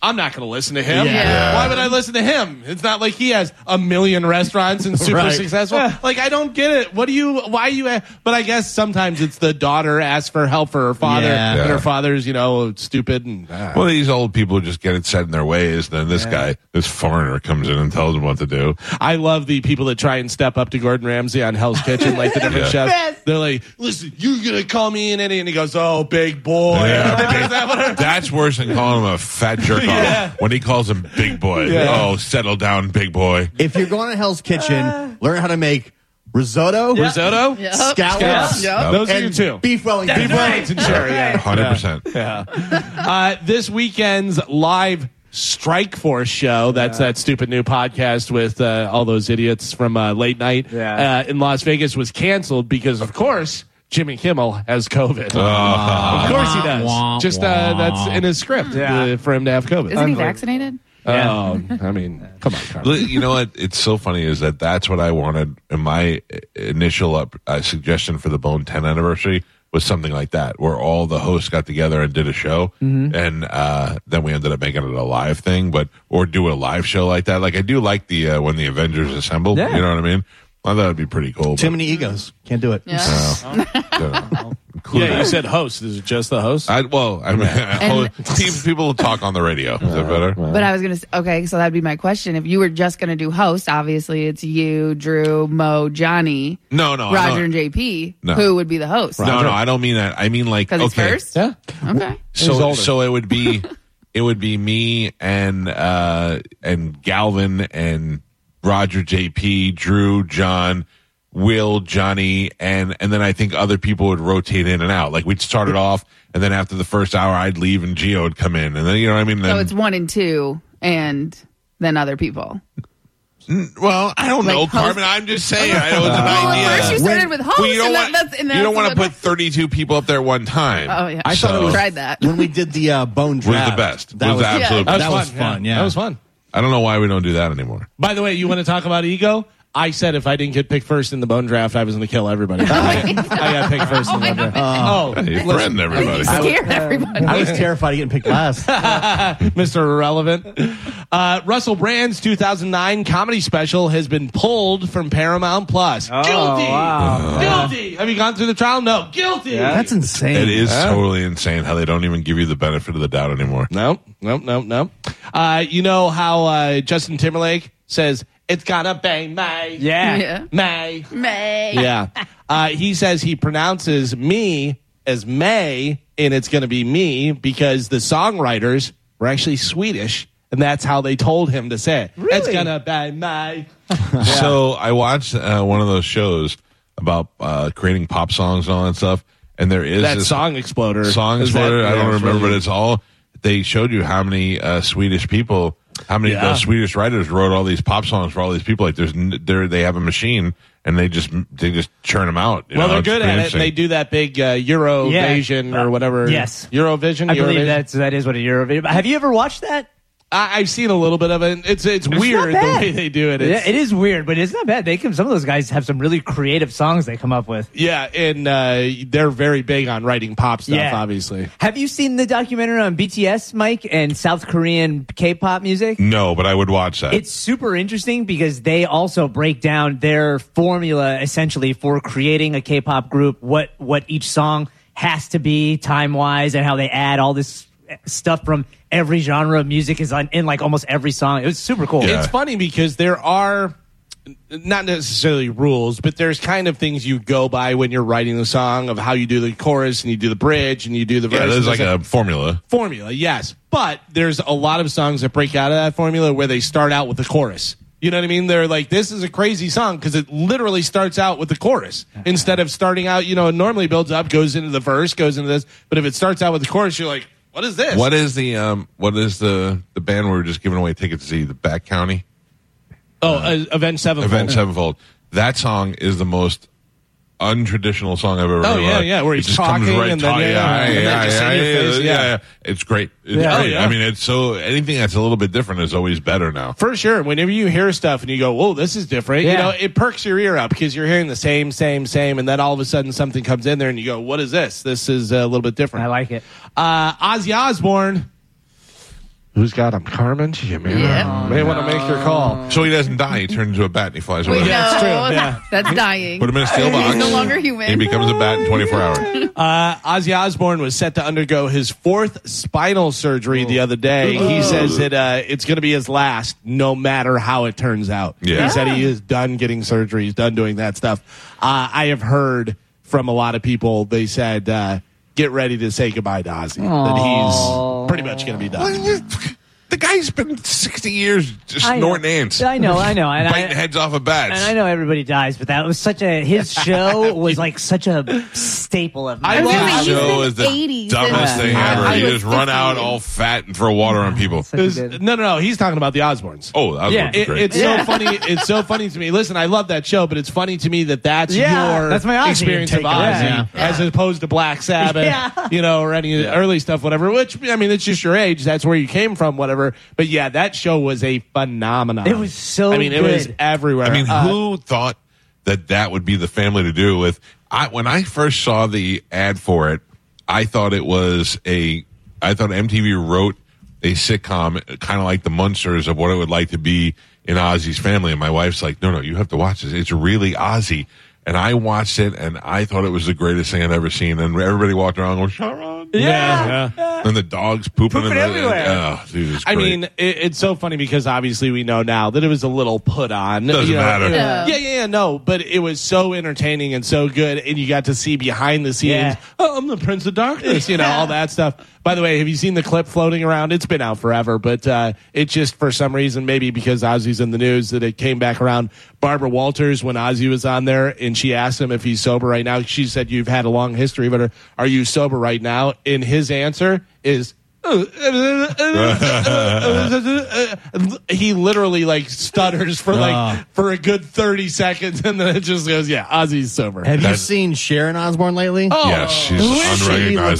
Speaker 3: I'm not going to listen to him.
Speaker 6: Yeah.
Speaker 4: Yeah.
Speaker 3: Why would I listen to him? It's not like he has a million restaurants and super
Speaker 6: Right.
Speaker 3: successful. Like I don't get it. What do you? Why you? a- But I guess sometimes it's the daughter asks for help for her father,
Speaker 6: Yeah.
Speaker 3: and her
Speaker 2: Yeah.
Speaker 3: father's you know stupid and uh,
Speaker 2: well, these old people just get it set in their ways. And then this guy, this foreigner, comes in and tells them what to do.
Speaker 3: I love the people that try and step up to Gordon Ramsay on Hell's Kitchen, like the different
Speaker 2: Yeah.
Speaker 3: chefs. They're like, "Listen, you're gonna call me in," and he goes, "Oh, big boy."
Speaker 2: Yeah.
Speaker 3: Is that what I-
Speaker 2: That's worse than calling him a fat jerk off.
Speaker 3: Yeah.
Speaker 2: When he calls him big boy,
Speaker 3: Yeah.
Speaker 2: oh, settle down, big boy.
Speaker 6: If you're going to Hell's Kitchen, learn how to make risotto,
Speaker 3: Risotto,
Speaker 4: Yep.
Speaker 6: scallops,
Speaker 4: Yep.
Speaker 2: Yep.
Speaker 3: those are your
Speaker 6: and
Speaker 3: two.
Speaker 6: beef Wellington.
Speaker 3: Beef Wellington, sure, yeah.
Speaker 2: Hundred percent.
Speaker 3: Uh, this weekend's live Strike Force show. That's that stupid new podcast with uh, all those idiots from uh, late night
Speaker 5: Yeah.
Speaker 3: uh, in Las Vegas was canceled because, of course, Jimmy Kimmel has COVID. of course he does.
Speaker 6: Wah,
Speaker 3: Just uh, that's in his script
Speaker 5: Ah. Yeah.
Speaker 3: uh, for him to have COVID.
Speaker 4: Isn't he vaccinated?
Speaker 5: Yeah.
Speaker 3: Oh, I mean, come on, Carl.
Speaker 2: Li- you know what? It's so funny is that that's what I wanted. And my i- initial up, uh, suggestion for the Bone 10 anniversary was something like that, where all the hosts got together and did a show,
Speaker 3: Mm-hmm.
Speaker 2: and uh, then we ended up making it a live thing, but or do a live show like that. Like I do like the uh, when the Avengers assemble.
Speaker 5: Yeah.
Speaker 2: You know what I mean? I thought it'd be pretty cool.
Speaker 6: Too
Speaker 2: but,
Speaker 6: many egos. Can't do it.
Speaker 4: Yeah.
Speaker 2: you know, including-
Speaker 3: said host. Is it just the host?
Speaker 2: I, well, I mean, people- people talk on the radio. Is that better?
Speaker 4: But I was gonna say, okay, so that'd be my question. If you were just gonna do host, obviously it's you, Drew, Mo, Johnny,
Speaker 2: No, no, I
Speaker 4: Roger,
Speaker 2: don't-
Speaker 4: and JP.
Speaker 2: No.
Speaker 4: Who would be the host?
Speaker 2: No, no, I don't mean that. I mean like
Speaker 4: Because
Speaker 2: okay,
Speaker 4: it's first.
Speaker 3: yeah.
Speaker 4: Okay.
Speaker 3: He's
Speaker 2: So
Speaker 3: older.
Speaker 2: so it would be it would be me and uh and Galvin and Roger JP, Drew, John, Will, Johnny, and and then I think other people would rotate in and out. Like we'd start it off and then after the first hour I'd leave and Geo would come in. And then you know what I mean?
Speaker 4: So
Speaker 2: Then,
Speaker 4: it's one and two, and then other people.
Speaker 2: well, I don't
Speaker 4: like
Speaker 2: know,
Speaker 4: host-
Speaker 2: Carmen. I'm just saying I know it's an
Speaker 4: well,
Speaker 2: idea.
Speaker 4: at first you started with host,
Speaker 2: Well, you don't
Speaker 4: and
Speaker 2: want,
Speaker 4: that, that's and
Speaker 2: you don't
Speaker 4: that's
Speaker 2: want to
Speaker 4: what-
Speaker 2: put 32 people up there one time.
Speaker 4: Oh yeah,
Speaker 6: I thought it was
Speaker 4: tried that.
Speaker 6: When we did the uh, bone
Speaker 2: Was
Speaker 6: draft,
Speaker 2: the best.
Speaker 6: That
Speaker 2: was,
Speaker 6: was,
Speaker 2: the absolute
Speaker 4: Yeah.
Speaker 2: best.
Speaker 6: That was fun, yeah.
Speaker 3: that was fun.
Speaker 2: I don't know why we don't do that anymore.
Speaker 3: By the way, you want to talk about ego? I said if I didn't get picked first in the bone draft, I was going to kill everybody. I got picked first in the bone draft. Oh,
Speaker 2: Hey, friend, everybody.
Speaker 4: scared everybody.
Speaker 6: I was terrified of getting picked last.
Speaker 3: Mr. Irrelevant. Uh, Russell Brand's 2009 comedy special has been pulled from Paramount Plus. Guilty.
Speaker 5: wow.
Speaker 3: Guilty. Have you gone through the trial? No. Guilty.
Speaker 6: That's insane.
Speaker 2: It is totally insane how they don't even give you the benefit of the doubt anymore.
Speaker 3: No, no, no, no. Uh, you know how uh, Justin Timberlake says, it's gonna be May.
Speaker 5: Yeah.
Speaker 4: Yeah.
Speaker 3: May.
Speaker 4: May.
Speaker 3: Yeah. Uh, he says he pronounces me as May, and it's gonna be me because the songwriters were actually Swedish, and that's how they told him to say it. It's
Speaker 5: Really?
Speaker 3: gonna be May.
Speaker 2: So I watched uh, one of those shows about uh, creating pop songs and all that stuff, and there is
Speaker 3: That
Speaker 2: this
Speaker 3: song exploder.
Speaker 2: Song
Speaker 3: Is that-
Speaker 2: exploder. I don't
Speaker 3: yeah,
Speaker 2: remember, but it's all they showed you how many uh, Swedish people, how many uh, Swedish writers wrote all these pop songs for all these people. Like there's n- there they have a machine and they just they just churn them out. you
Speaker 3: well,
Speaker 2: know,
Speaker 3: they're
Speaker 2: it's
Speaker 3: good
Speaker 2: pretty
Speaker 3: at it.
Speaker 2: interesting.
Speaker 3: and They do that big uh, Eurovision
Speaker 5: Yeah.
Speaker 3: or whatever.
Speaker 5: Yes.
Speaker 3: Eurovision.
Speaker 5: I believe
Speaker 3: Eurovision?
Speaker 5: that's that is what a Eurovision. Have you ever watched that?
Speaker 3: I, I've seen a little bit of it. and It's it's,
Speaker 5: It's
Speaker 3: weird
Speaker 5: not
Speaker 3: the
Speaker 5: bad.
Speaker 3: way they do it. It's,
Speaker 5: yeah, it is weird, but it's not bad. They can. Some of those guys have some really creative songs they come up with.
Speaker 3: yeah, and uh, they're very big on writing pop stuff.
Speaker 5: Yeah.
Speaker 3: Obviously,
Speaker 5: Have you seen the documentary on BTS, Mike, and South Korean K-pop music?
Speaker 2: no, but I would watch that.
Speaker 5: It's super interesting because they also break down their formula essentially for creating a K-pop group, what what each song has to be time-wise and how they add all this stuff from every genre of music is on, in like almost every song. It was super cool.
Speaker 2: Yeah.
Speaker 3: it's funny because there are not necessarily rules, but there's kind of things you go by when you're writing the song of how you do the chorus and you do the bridge and you do the verse.
Speaker 2: yeah,
Speaker 3: and
Speaker 2: there's
Speaker 3: this
Speaker 2: like
Speaker 3: and-
Speaker 2: a formula.
Speaker 3: formula, yes. But there's a lot of songs that break out of that formula where they start out with the chorus. You know what I mean? They're like, this is a crazy song because it literally starts out with the chorus instead of starting out, you know, it normally builds up, goes into the verse, goes into this. But if it starts out with the chorus, you're like, what is this?
Speaker 2: What is the um? What is the the band we were just giving away tickets to see? The Back County
Speaker 3: Oh, uh, Avenged Sevenfold.
Speaker 2: Event Sevenfold. That song is the most untraditional song I've ever
Speaker 3: Oh,
Speaker 2: heard. in my
Speaker 3: yeah,
Speaker 2: life.
Speaker 3: yeah, where
Speaker 2: It
Speaker 3: he's
Speaker 2: just comes
Speaker 3: talking
Speaker 2: right
Speaker 3: and then-
Speaker 2: to-
Speaker 3: yeah,
Speaker 2: yeah,
Speaker 3: and then
Speaker 2: yeah,
Speaker 3: just in
Speaker 2: yeah,
Speaker 3: your face,
Speaker 2: yeah,
Speaker 3: yeah.
Speaker 2: yeah. It's great. It's
Speaker 3: Yeah. Oh,
Speaker 2: great.
Speaker 3: yeah.
Speaker 2: I mean, it's so anything that's a little bit different is always better now.
Speaker 3: For sure. Whenever you hear stuff and you go, whoa, this is different, you
Speaker 5: Yeah.
Speaker 3: know, it perks your ear up because you're hearing the same, same, same. And then all of a sudden something comes in there and you go, what is this? This is uh, a little bit different.
Speaker 5: I like it.
Speaker 3: Uh, Ozzy Osbourne. Who's got him? Carmen? You may,
Speaker 4: Yeah.
Speaker 3: may want to make your call.
Speaker 2: So he doesn't die. He turns into a bat and he flies away.
Speaker 4: We
Speaker 3: Yeah, it's
Speaker 4: know.
Speaker 3: true, yeah.
Speaker 4: That's dying.
Speaker 2: Put him in a steel
Speaker 4: He's
Speaker 2: box.
Speaker 4: no longer human.
Speaker 2: He becomes a bat in 24 hours.
Speaker 3: Uh, Ozzy Osbourne was set to undergo his fourth spinal surgery the other day. He says that uh, it's going to be his last, no matter how it turns out.
Speaker 2: Yeah.
Speaker 3: He said he is done getting surgery. He's done doing that stuff. Uh, I have heard from a lot of people. They said, uh, "Get ready to say goodbye to Ozzy." That he's pretty much going to be done.
Speaker 2: Uh, the guy's been 60 years just
Speaker 5: I know.
Speaker 2: snorting ants,
Speaker 5: I know, I know, and I,
Speaker 2: biting heads off of bats.
Speaker 5: and I know everybody dies, but that was such a his show was like such a staple of.
Speaker 3: I
Speaker 5: my
Speaker 4: was gonna
Speaker 3: love that
Speaker 4: say, he's
Speaker 2: show
Speaker 4: been
Speaker 2: is the
Speaker 4: 80s
Speaker 2: dumbest
Speaker 4: and
Speaker 2: thing
Speaker 4: I-
Speaker 2: ever.
Speaker 4: I
Speaker 2: you
Speaker 4: was
Speaker 2: just run
Speaker 4: 50.
Speaker 2: out all fat and throw water on people.
Speaker 5: Such a
Speaker 3: There's-
Speaker 5: good-
Speaker 3: no, no, no. He's talking about the Osbournes.
Speaker 2: Oh, that
Speaker 5: Yeah.
Speaker 2: would be
Speaker 3: It,
Speaker 2: great.
Speaker 3: it's so funny. It's so funny to me. Listen, I love that show, but it's funny to me that that's
Speaker 5: Yeah,
Speaker 3: your
Speaker 5: that's my Ozzy
Speaker 3: experience of
Speaker 5: take on it.
Speaker 3: Ozzy,
Speaker 5: Yeah.
Speaker 3: as opposed to Black Sabbath,
Speaker 5: Yeah.
Speaker 3: you know, or any early stuff, whatever. Which I mean, it's just your age. That's where you came from, whatever. But yeah, that show was a phenomenon.
Speaker 5: It was so
Speaker 3: I mean, it was
Speaker 5: good.
Speaker 3: everywhere.
Speaker 2: I mean,
Speaker 3: Uh,
Speaker 2: who thought that that would be the family to do with? I when I first saw the ad for it, I thought it was a. I thought MTV wrote a sitcom, kind of like the Munsters of what it would like to be in Ozzy's family. And my wife's like, "No, no, you have to watch this. It's really Ozzy." And I watched it, and I thought it was the greatest thing I'd ever seen. And everybody walked around going, "Sharon."
Speaker 3: yeah.
Speaker 2: And the dogs pooping,
Speaker 5: Pooping
Speaker 2: in the,
Speaker 5: everywhere.
Speaker 2: Oh, dude, it's
Speaker 3: I
Speaker 2: great.
Speaker 3: mean, it, it's so funny because obviously we know now that it was a little put on.
Speaker 2: Doesn't
Speaker 3: you know,
Speaker 2: matter.
Speaker 3: Yeah.
Speaker 4: Yeah.
Speaker 3: yeah, yeah, no, but it was so entertaining and so good, and you got to see behind the scenes.
Speaker 5: Yeah.
Speaker 3: Oh, I'm the Prince of Darkness, you know, all that stuff. By the way, have you seen the clip floating around? It's been out forever, but uh, it just for some reason, maybe because Ozzy's in the news, that it came back around. Barbara Walters, when Ozzy was on there, and she asked him if he's sober right now. She said, "You've had a long history, but are, are you sober right now?" And his answer is. he literally like stutters for
Speaker 6: Ah.
Speaker 3: like for a good 30 seconds and then it just goes yeah ozzy's sober
Speaker 6: Have you seen Sharon Osbourne lately?
Speaker 3: Oh,
Speaker 2: yes, she's
Speaker 6: Who is she? She looks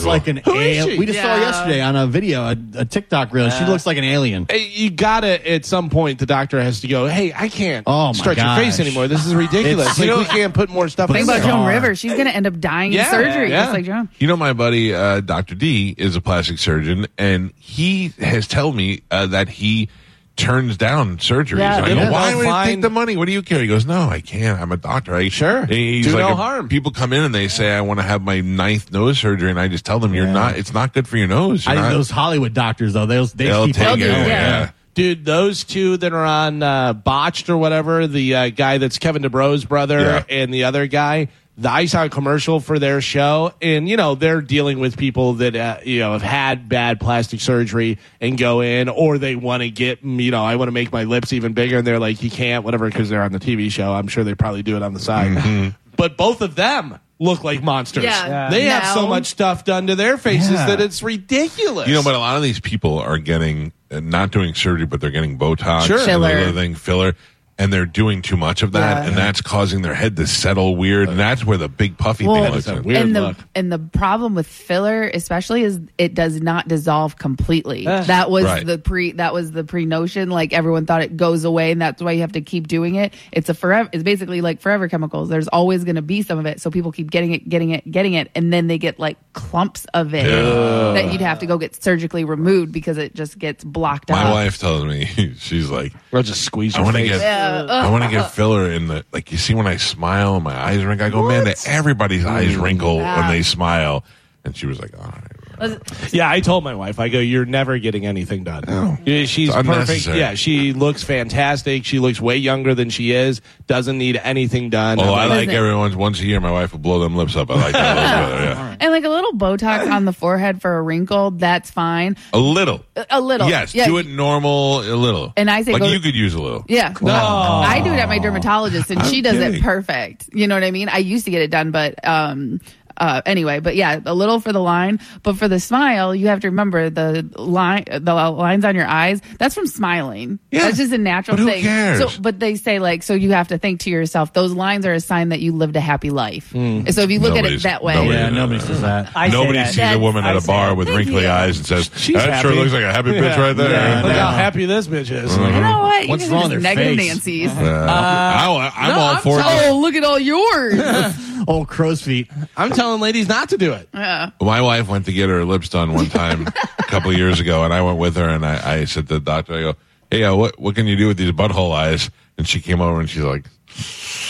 Speaker 2: unrecognizable.
Speaker 6: like an
Speaker 3: Who is she?
Speaker 6: alien. We just saw her
Speaker 4: Yeah.
Speaker 6: yesterday on a video, a, a TikTok reel.
Speaker 5: Uh,
Speaker 6: she looks like an alien.
Speaker 3: Hey, you gotta at some point the doctor has to go hey i can't
Speaker 6: Oh, my
Speaker 3: stretch your face
Speaker 6: gosh.
Speaker 3: anymore this is ridiculous
Speaker 6: It's-
Speaker 3: like
Speaker 6: you know-
Speaker 3: we can't put more stuff
Speaker 4: Think
Speaker 3: in
Speaker 4: about
Speaker 3: there.
Speaker 4: Joan
Speaker 6: Bizarre.
Speaker 4: River. She's going to end up dying
Speaker 3: Yeah,
Speaker 4: in surgery,
Speaker 3: yeah.
Speaker 4: just like Joan.
Speaker 2: You know, my buddy uh, Dr. D is a plastic surgeon, and he has told me uh, that he turns down surgeries.
Speaker 5: Yeah,
Speaker 2: And I
Speaker 5: they
Speaker 2: go,
Speaker 5: don't
Speaker 2: why would you take
Speaker 3: mind-
Speaker 2: the money? What do you care? He goes, no, I can't. I'm a doctor. I
Speaker 3: Sure.
Speaker 2: He's
Speaker 3: Do
Speaker 2: like,
Speaker 3: no
Speaker 2: if
Speaker 3: harm.
Speaker 2: People come in and they say, I want to have my ninth nose surgery, and I just tell them, you're not. It's not good for your nose.
Speaker 6: I
Speaker 2: You're
Speaker 6: think
Speaker 2: not-
Speaker 6: those Hollywood doctors though, they'll they
Speaker 2: they'll
Speaker 6: keep
Speaker 2: take
Speaker 6: on
Speaker 2: it.
Speaker 4: do,
Speaker 6: going.
Speaker 4: yeah.
Speaker 2: yeah.
Speaker 3: Dude, those two that are on uh, Botched or whatever, the uh, guy that's Kevin DeBro's brother
Speaker 2: Yeah.
Speaker 3: and the other guy, the, I saw a commercial for their show, and you know they're dealing with people that uh, you know have had bad plastic surgery and go in, or they want to get mm, you know I want to make my lips even bigger, and they're like you can't, whatever, because they're on the TV show. I'm sure they probably do it on the side,
Speaker 2: Mm-hmm.
Speaker 3: but both of them look like monsters.
Speaker 4: Yeah. Yeah.
Speaker 3: They have so
Speaker 4: Now.
Speaker 3: much stuff done to their faces
Speaker 6: Yeah.
Speaker 3: that it's ridiculous.
Speaker 2: You know, but a lot of these people are getting uh, not doing surgery, but they're getting Botox,
Speaker 3: Sure.
Speaker 2: and
Speaker 4: Filler.
Speaker 2: other thing, filler. and they're doing too much of that,
Speaker 4: Yeah.
Speaker 2: and that's causing their head to settle weird, and that's where the big puffy thing
Speaker 4: Well,
Speaker 2: looks in.
Speaker 4: and the
Speaker 3: luck.
Speaker 4: and the problem with filler, especially, is it does not dissolve completely. that was
Speaker 2: Eh, Right.
Speaker 4: the pre that was the pre notion. Like everyone thought it goes away, and that's why you have to keep doing it. It's a forever. It's basically like forever chemicals. There's always going to be some of it, so people keep getting it, getting it, getting it, and then they get like clumps of it that you'd have to go get surgically removed because it just gets blocked
Speaker 2: My
Speaker 4: out.
Speaker 2: wife tells me she's like,
Speaker 3: Or just squeeze
Speaker 2: I
Speaker 3: your
Speaker 2: want to
Speaker 3: face.
Speaker 2: get, I want to get filler in the like. You see when I smile, and my eyes wrinkle. I go, man, that everybody's eyes
Speaker 3: Mm.
Speaker 2: wrinkle when they smile. And she was like, all right.
Speaker 3: Yeah, I told my wife, I go, you're never getting anything done. Yeah, She's
Speaker 2: It's
Speaker 3: perfect.
Speaker 2: unnecessary.
Speaker 3: Yeah, she looks fantastic. She looks way younger than she is. Doesn't need anything done.
Speaker 2: Oh,
Speaker 3: I'm
Speaker 2: I
Speaker 3: like,
Speaker 2: like everyone's once a year. My wife will blow them lips up. I like that a little better. Yeah,
Speaker 4: And like a little Botox on the forehead for a wrinkle, that's fine.
Speaker 2: a little.
Speaker 4: A little,
Speaker 2: Yes,
Speaker 4: Yeah,
Speaker 2: do it normal. A little.
Speaker 4: And I say
Speaker 2: like
Speaker 4: go-
Speaker 2: you could use a little.
Speaker 4: Yeah. No. I do it at my dermatologist and
Speaker 2: I'm
Speaker 4: she does
Speaker 2: kidding.
Speaker 4: it perfect. You know what I mean? I used to get it done, but um uh, anyway, but yeah, a little for the line, but for the smile, you have to remember the line, the lines on your eyes. That's from smiling.
Speaker 2: Yeah.
Speaker 4: that's just a natural
Speaker 2: But who
Speaker 4: thing.
Speaker 2: cares?
Speaker 4: So, but they say like, so you have to think to yourself, those lines are a sign that you lived a happy life. And so if you look
Speaker 2: Nobody's-
Speaker 4: at it that way,
Speaker 2: nobody-
Speaker 6: Yeah, nobody says that.
Speaker 5: I say
Speaker 2: Nobody
Speaker 5: that.
Speaker 2: sees a woman at a
Speaker 5: I
Speaker 2: bar
Speaker 5: say-
Speaker 2: with
Speaker 4: Thank
Speaker 2: wrinkly
Speaker 4: you.
Speaker 2: eyes and says,
Speaker 3: She's
Speaker 2: "That sure
Speaker 3: happy."
Speaker 2: looks like a happy bitch
Speaker 3: Yeah.
Speaker 2: right there." Mm-hmm.
Speaker 6: Yeah.
Speaker 3: Look
Speaker 6: Yeah.
Speaker 3: how happy this bitch is.
Speaker 4: you know what? You
Speaker 6: What's
Speaker 4: guys
Speaker 6: wrong
Speaker 4: are
Speaker 6: with their
Speaker 4: just negative
Speaker 6: face?
Speaker 4: Nancy's.
Speaker 2: Uh, I, I'm all
Speaker 4: I'm
Speaker 2: for it.
Speaker 4: tell- look at all yours.
Speaker 6: Oh, crow's feet.
Speaker 3: I'm telling ladies not to do it.
Speaker 2: My wife went to get her lips done one time a couple of years ago, and I went with her, and I, I said to the doctor, "I go, hey, uh, what what can you do with these butthole eyes?" And she came over and she's like,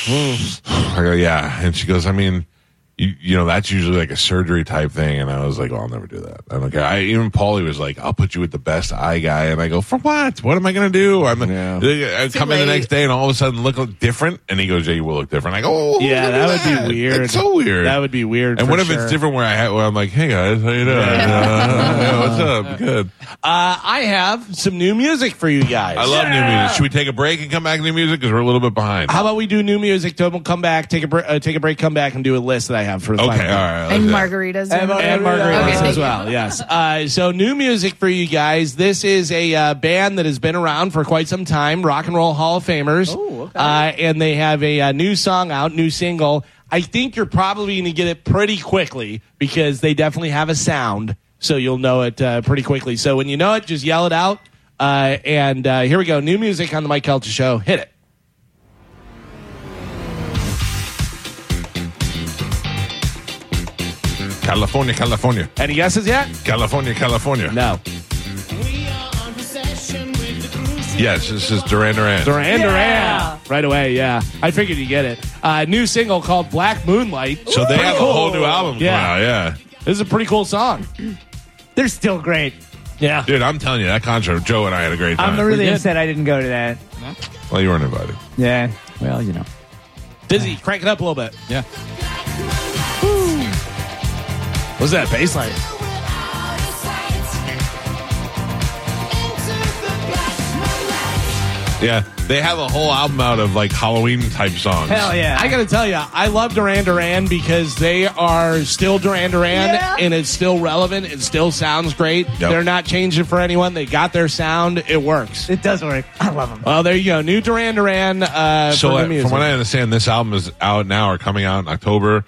Speaker 2: "I go, yeah," and she goes, "I mean." You, you know that's usually like a surgery type thing, and I was like, "Well, I'll never do that." I'm like, I even Paulie was like, "I'll put you with the best eye guy," and I go, "For what? What am I gonna do?" I'm I come in the
Speaker 4: late.
Speaker 2: next day and all of a sudden look different, and he goes, "Yeah, you will look different." I go, oh,
Speaker 3: Yeah,
Speaker 2: look
Speaker 3: that
Speaker 2: at
Speaker 3: would be weird.
Speaker 2: It's so weird.
Speaker 3: That would be weird.
Speaker 2: And
Speaker 3: for
Speaker 2: what if
Speaker 3: sure.
Speaker 2: it's different where I ha- where I'm like, hey guys, how you doing? Uh, yeah, what's up? Good.
Speaker 3: Uh, I have some new music for you guys.
Speaker 2: I love new music. Should we take a break and come back to new music because we're a little bit behind?
Speaker 3: How about we do new music? Tom, we'll come back, take a br- uh, take a break, come back, and do a list that I have for the
Speaker 2: okay, all
Speaker 3: final.
Speaker 2: right. let's
Speaker 4: and
Speaker 2: do that.
Speaker 4: margaritas.
Speaker 3: And, and margaritas
Speaker 4: Okay, thank
Speaker 3: as
Speaker 4: you.
Speaker 3: well. Yes. Uh, so new music for you guys. This is a uh, band that has been around for quite some time. Rock and Roll Hall of Famers. Oh, okay. Uh, and they have a, uh new song out, new single. I think you're probably going to get it pretty quickly because they definitely have a sound, so you'll know it uh, pretty quickly. So when you know it, just yell it out. Uh, and uh, here we go. New music on the Mike Kelter Show. Hit it.
Speaker 2: California, California,
Speaker 3: Any guesses yet?
Speaker 2: California, California.
Speaker 3: No.
Speaker 2: Yes, this is Duran Duran.
Speaker 3: Duran Duran. Right away, yeah. I figured you get it. Uh, new single called Black Moonlight.
Speaker 2: So they
Speaker 3: Pretty
Speaker 2: have a
Speaker 3: cool.
Speaker 2: whole new album coming
Speaker 3: Yeah.
Speaker 2: out. Yeah,
Speaker 3: This is a pretty cool song.
Speaker 5: They're still great.
Speaker 3: Yeah.
Speaker 2: dude, I'm telling you, that concert, Joe and I had a great time.
Speaker 5: I'm really
Speaker 3: good.
Speaker 5: upset I didn't go to that.
Speaker 2: well, you weren't invited.
Speaker 5: Yeah.
Speaker 7: Well, you know.
Speaker 3: Dizzy, crank it up a little bit.
Speaker 7: Yeah.
Speaker 3: What's that bass line?
Speaker 2: Yeah, they have a whole album out of like Halloween type songs.
Speaker 5: Hell Oh, yeah.
Speaker 3: I gotta tell you, I love Duran Duran because they are still Duran Duran,
Speaker 5: Yeah.
Speaker 3: and it's still relevant. It still sounds great.
Speaker 2: Yep.
Speaker 3: They're not changing for anyone. They got their sound. It works.
Speaker 5: it does work. I love them.
Speaker 3: Well, there you go. New Duran Duran. Uh,
Speaker 2: so
Speaker 3: for
Speaker 2: uh,
Speaker 3: new music.
Speaker 2: from what I understand, this album is out now or coming out in October,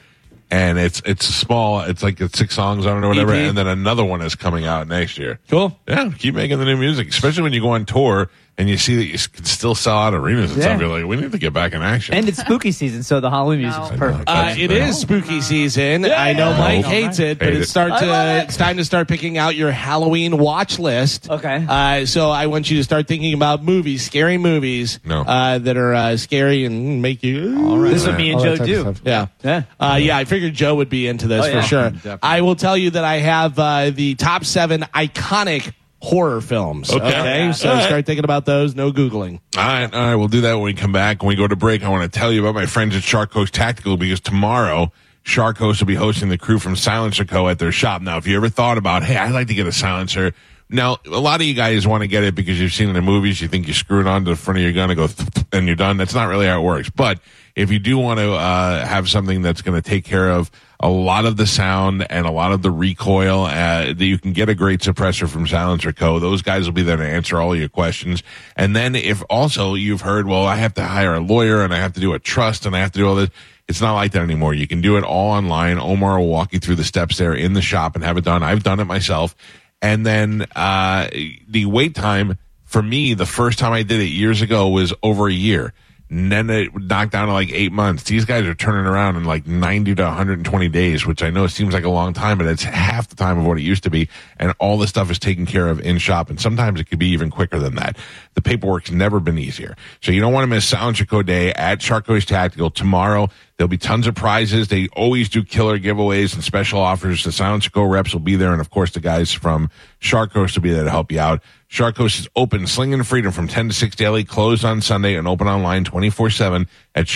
Speaker 2: and it's it's small. It's like it's six songs on it or whatever,
Speaker 3: EP.
Speaker 2: and then another one is coming out next year.
Speaker 3: E Cool.
Speaker 2: Yeah, keep making the new music, especially when you go on tour and you see that you s- can still sell out arenas and
Speaker 5: Yeah.
Speaker 2: stuff. You're like, we need to get back in action.
Speaker 5: And it's spooky season, so the Halloween music's
Speaker 4: No.
Speaker 5: perfect.
Speaker 3: Uh,
Speaker 2: That's
Speaker 3: it
Speaker 2: the-
Speaker 3: is spooky season. I know Mike hates it, but
Speaker 2: Hate
Speaker 3: it's
Speaker 2: it.
Speaker 3: start
Speaker 5: I
Speaker 3: to
Speaker 5: love it.
Speaker 3: it's time to start picking out your Halloween watch list.
Speaker 5: Okay.
Speaker 3: Uh, so I want you to start thinking about movies, scary movies
Speaker 2: No.
Speaker 3: uh, that are uh, scary and make you.
Speaker 5: this would me and
Speaker 7: All
Speaker 5: Joe
Speaker 7: that type of
Speaker 5: do.
Speaker 7: stuff.
Speaker 3: Yeah.
Speaker 5: Yeah.
Speaker 3: Uh, yeah, I figured Joe would be into this
Speaker 5: Oh,
Speaker 3: for
Speaker 5: yeah.
Speaker 3: sure. I will tell you that I have uh, the top seven iconic horror films. Okay. So start thinking about those. No Googling.
Speaker 2: All right, all right, we'll do that when we come back. When we go to break, I want to tell you about my friends at Shark Coast Tactical because tomorrow Shark Coast will be hosting the crew from Silencer Co. at their shop. Now, if you ever thought about, hey, I'd like to get a silencer. Now, a lot of you guys want to get it because you've seen it in the movies. You think you screw it onto the front of your gun and go, and you're done. That's not really how it works. But if you do want to uh, have something that's going to take care of a lot of the sound and a lot of the recoil, uh, that you can get a great suppressor from Silencer Co. Those guys will be there to answer all your questions. And then if also you've heard, well, I have to hire a lawyer and I have to do a trust and I have to do all this. It's not like that anymore. You can do it all online. Omar will walk you through the steps there in the shop and have it done. I've done it myself. And then uh, the wait time for me, the first time I did it years ago was over a year. And then it knocked down to like eight months. These guys are turning around in like 90 to 120 days, which I know seems like a long time, but it's half the time of what it used to be. And all the stuff is taken care of in shop. And sometimes it could be even quicker than that. The paperwork's never been easier. So you don't want to miss Sound Chico Day at Charco's Tactical tomorrow. There'll be tons of prizes. They always do killer giveaways and special offers. The Silence Co reps will be there. And of course, the guys from Shark Coast will be there to help you out. Shark Coast is open, slinging freedom from 10 to 6 daily, closed on Sunday and open online 24 7 at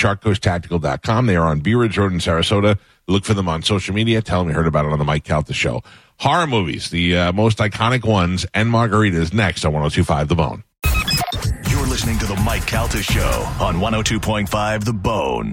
Speaker 2: sharkcoasttactical.com. They are on Bee Ridge Road in Sarasota. Look for them on social media. Tell them you heard about it on the Mike Calta show. Horror movies, the uh, most iconic ones, and margaritas next on 1025 The Bone.
Speaker 1: You're listening to the Mike Calta Show on 102.5 The Bone.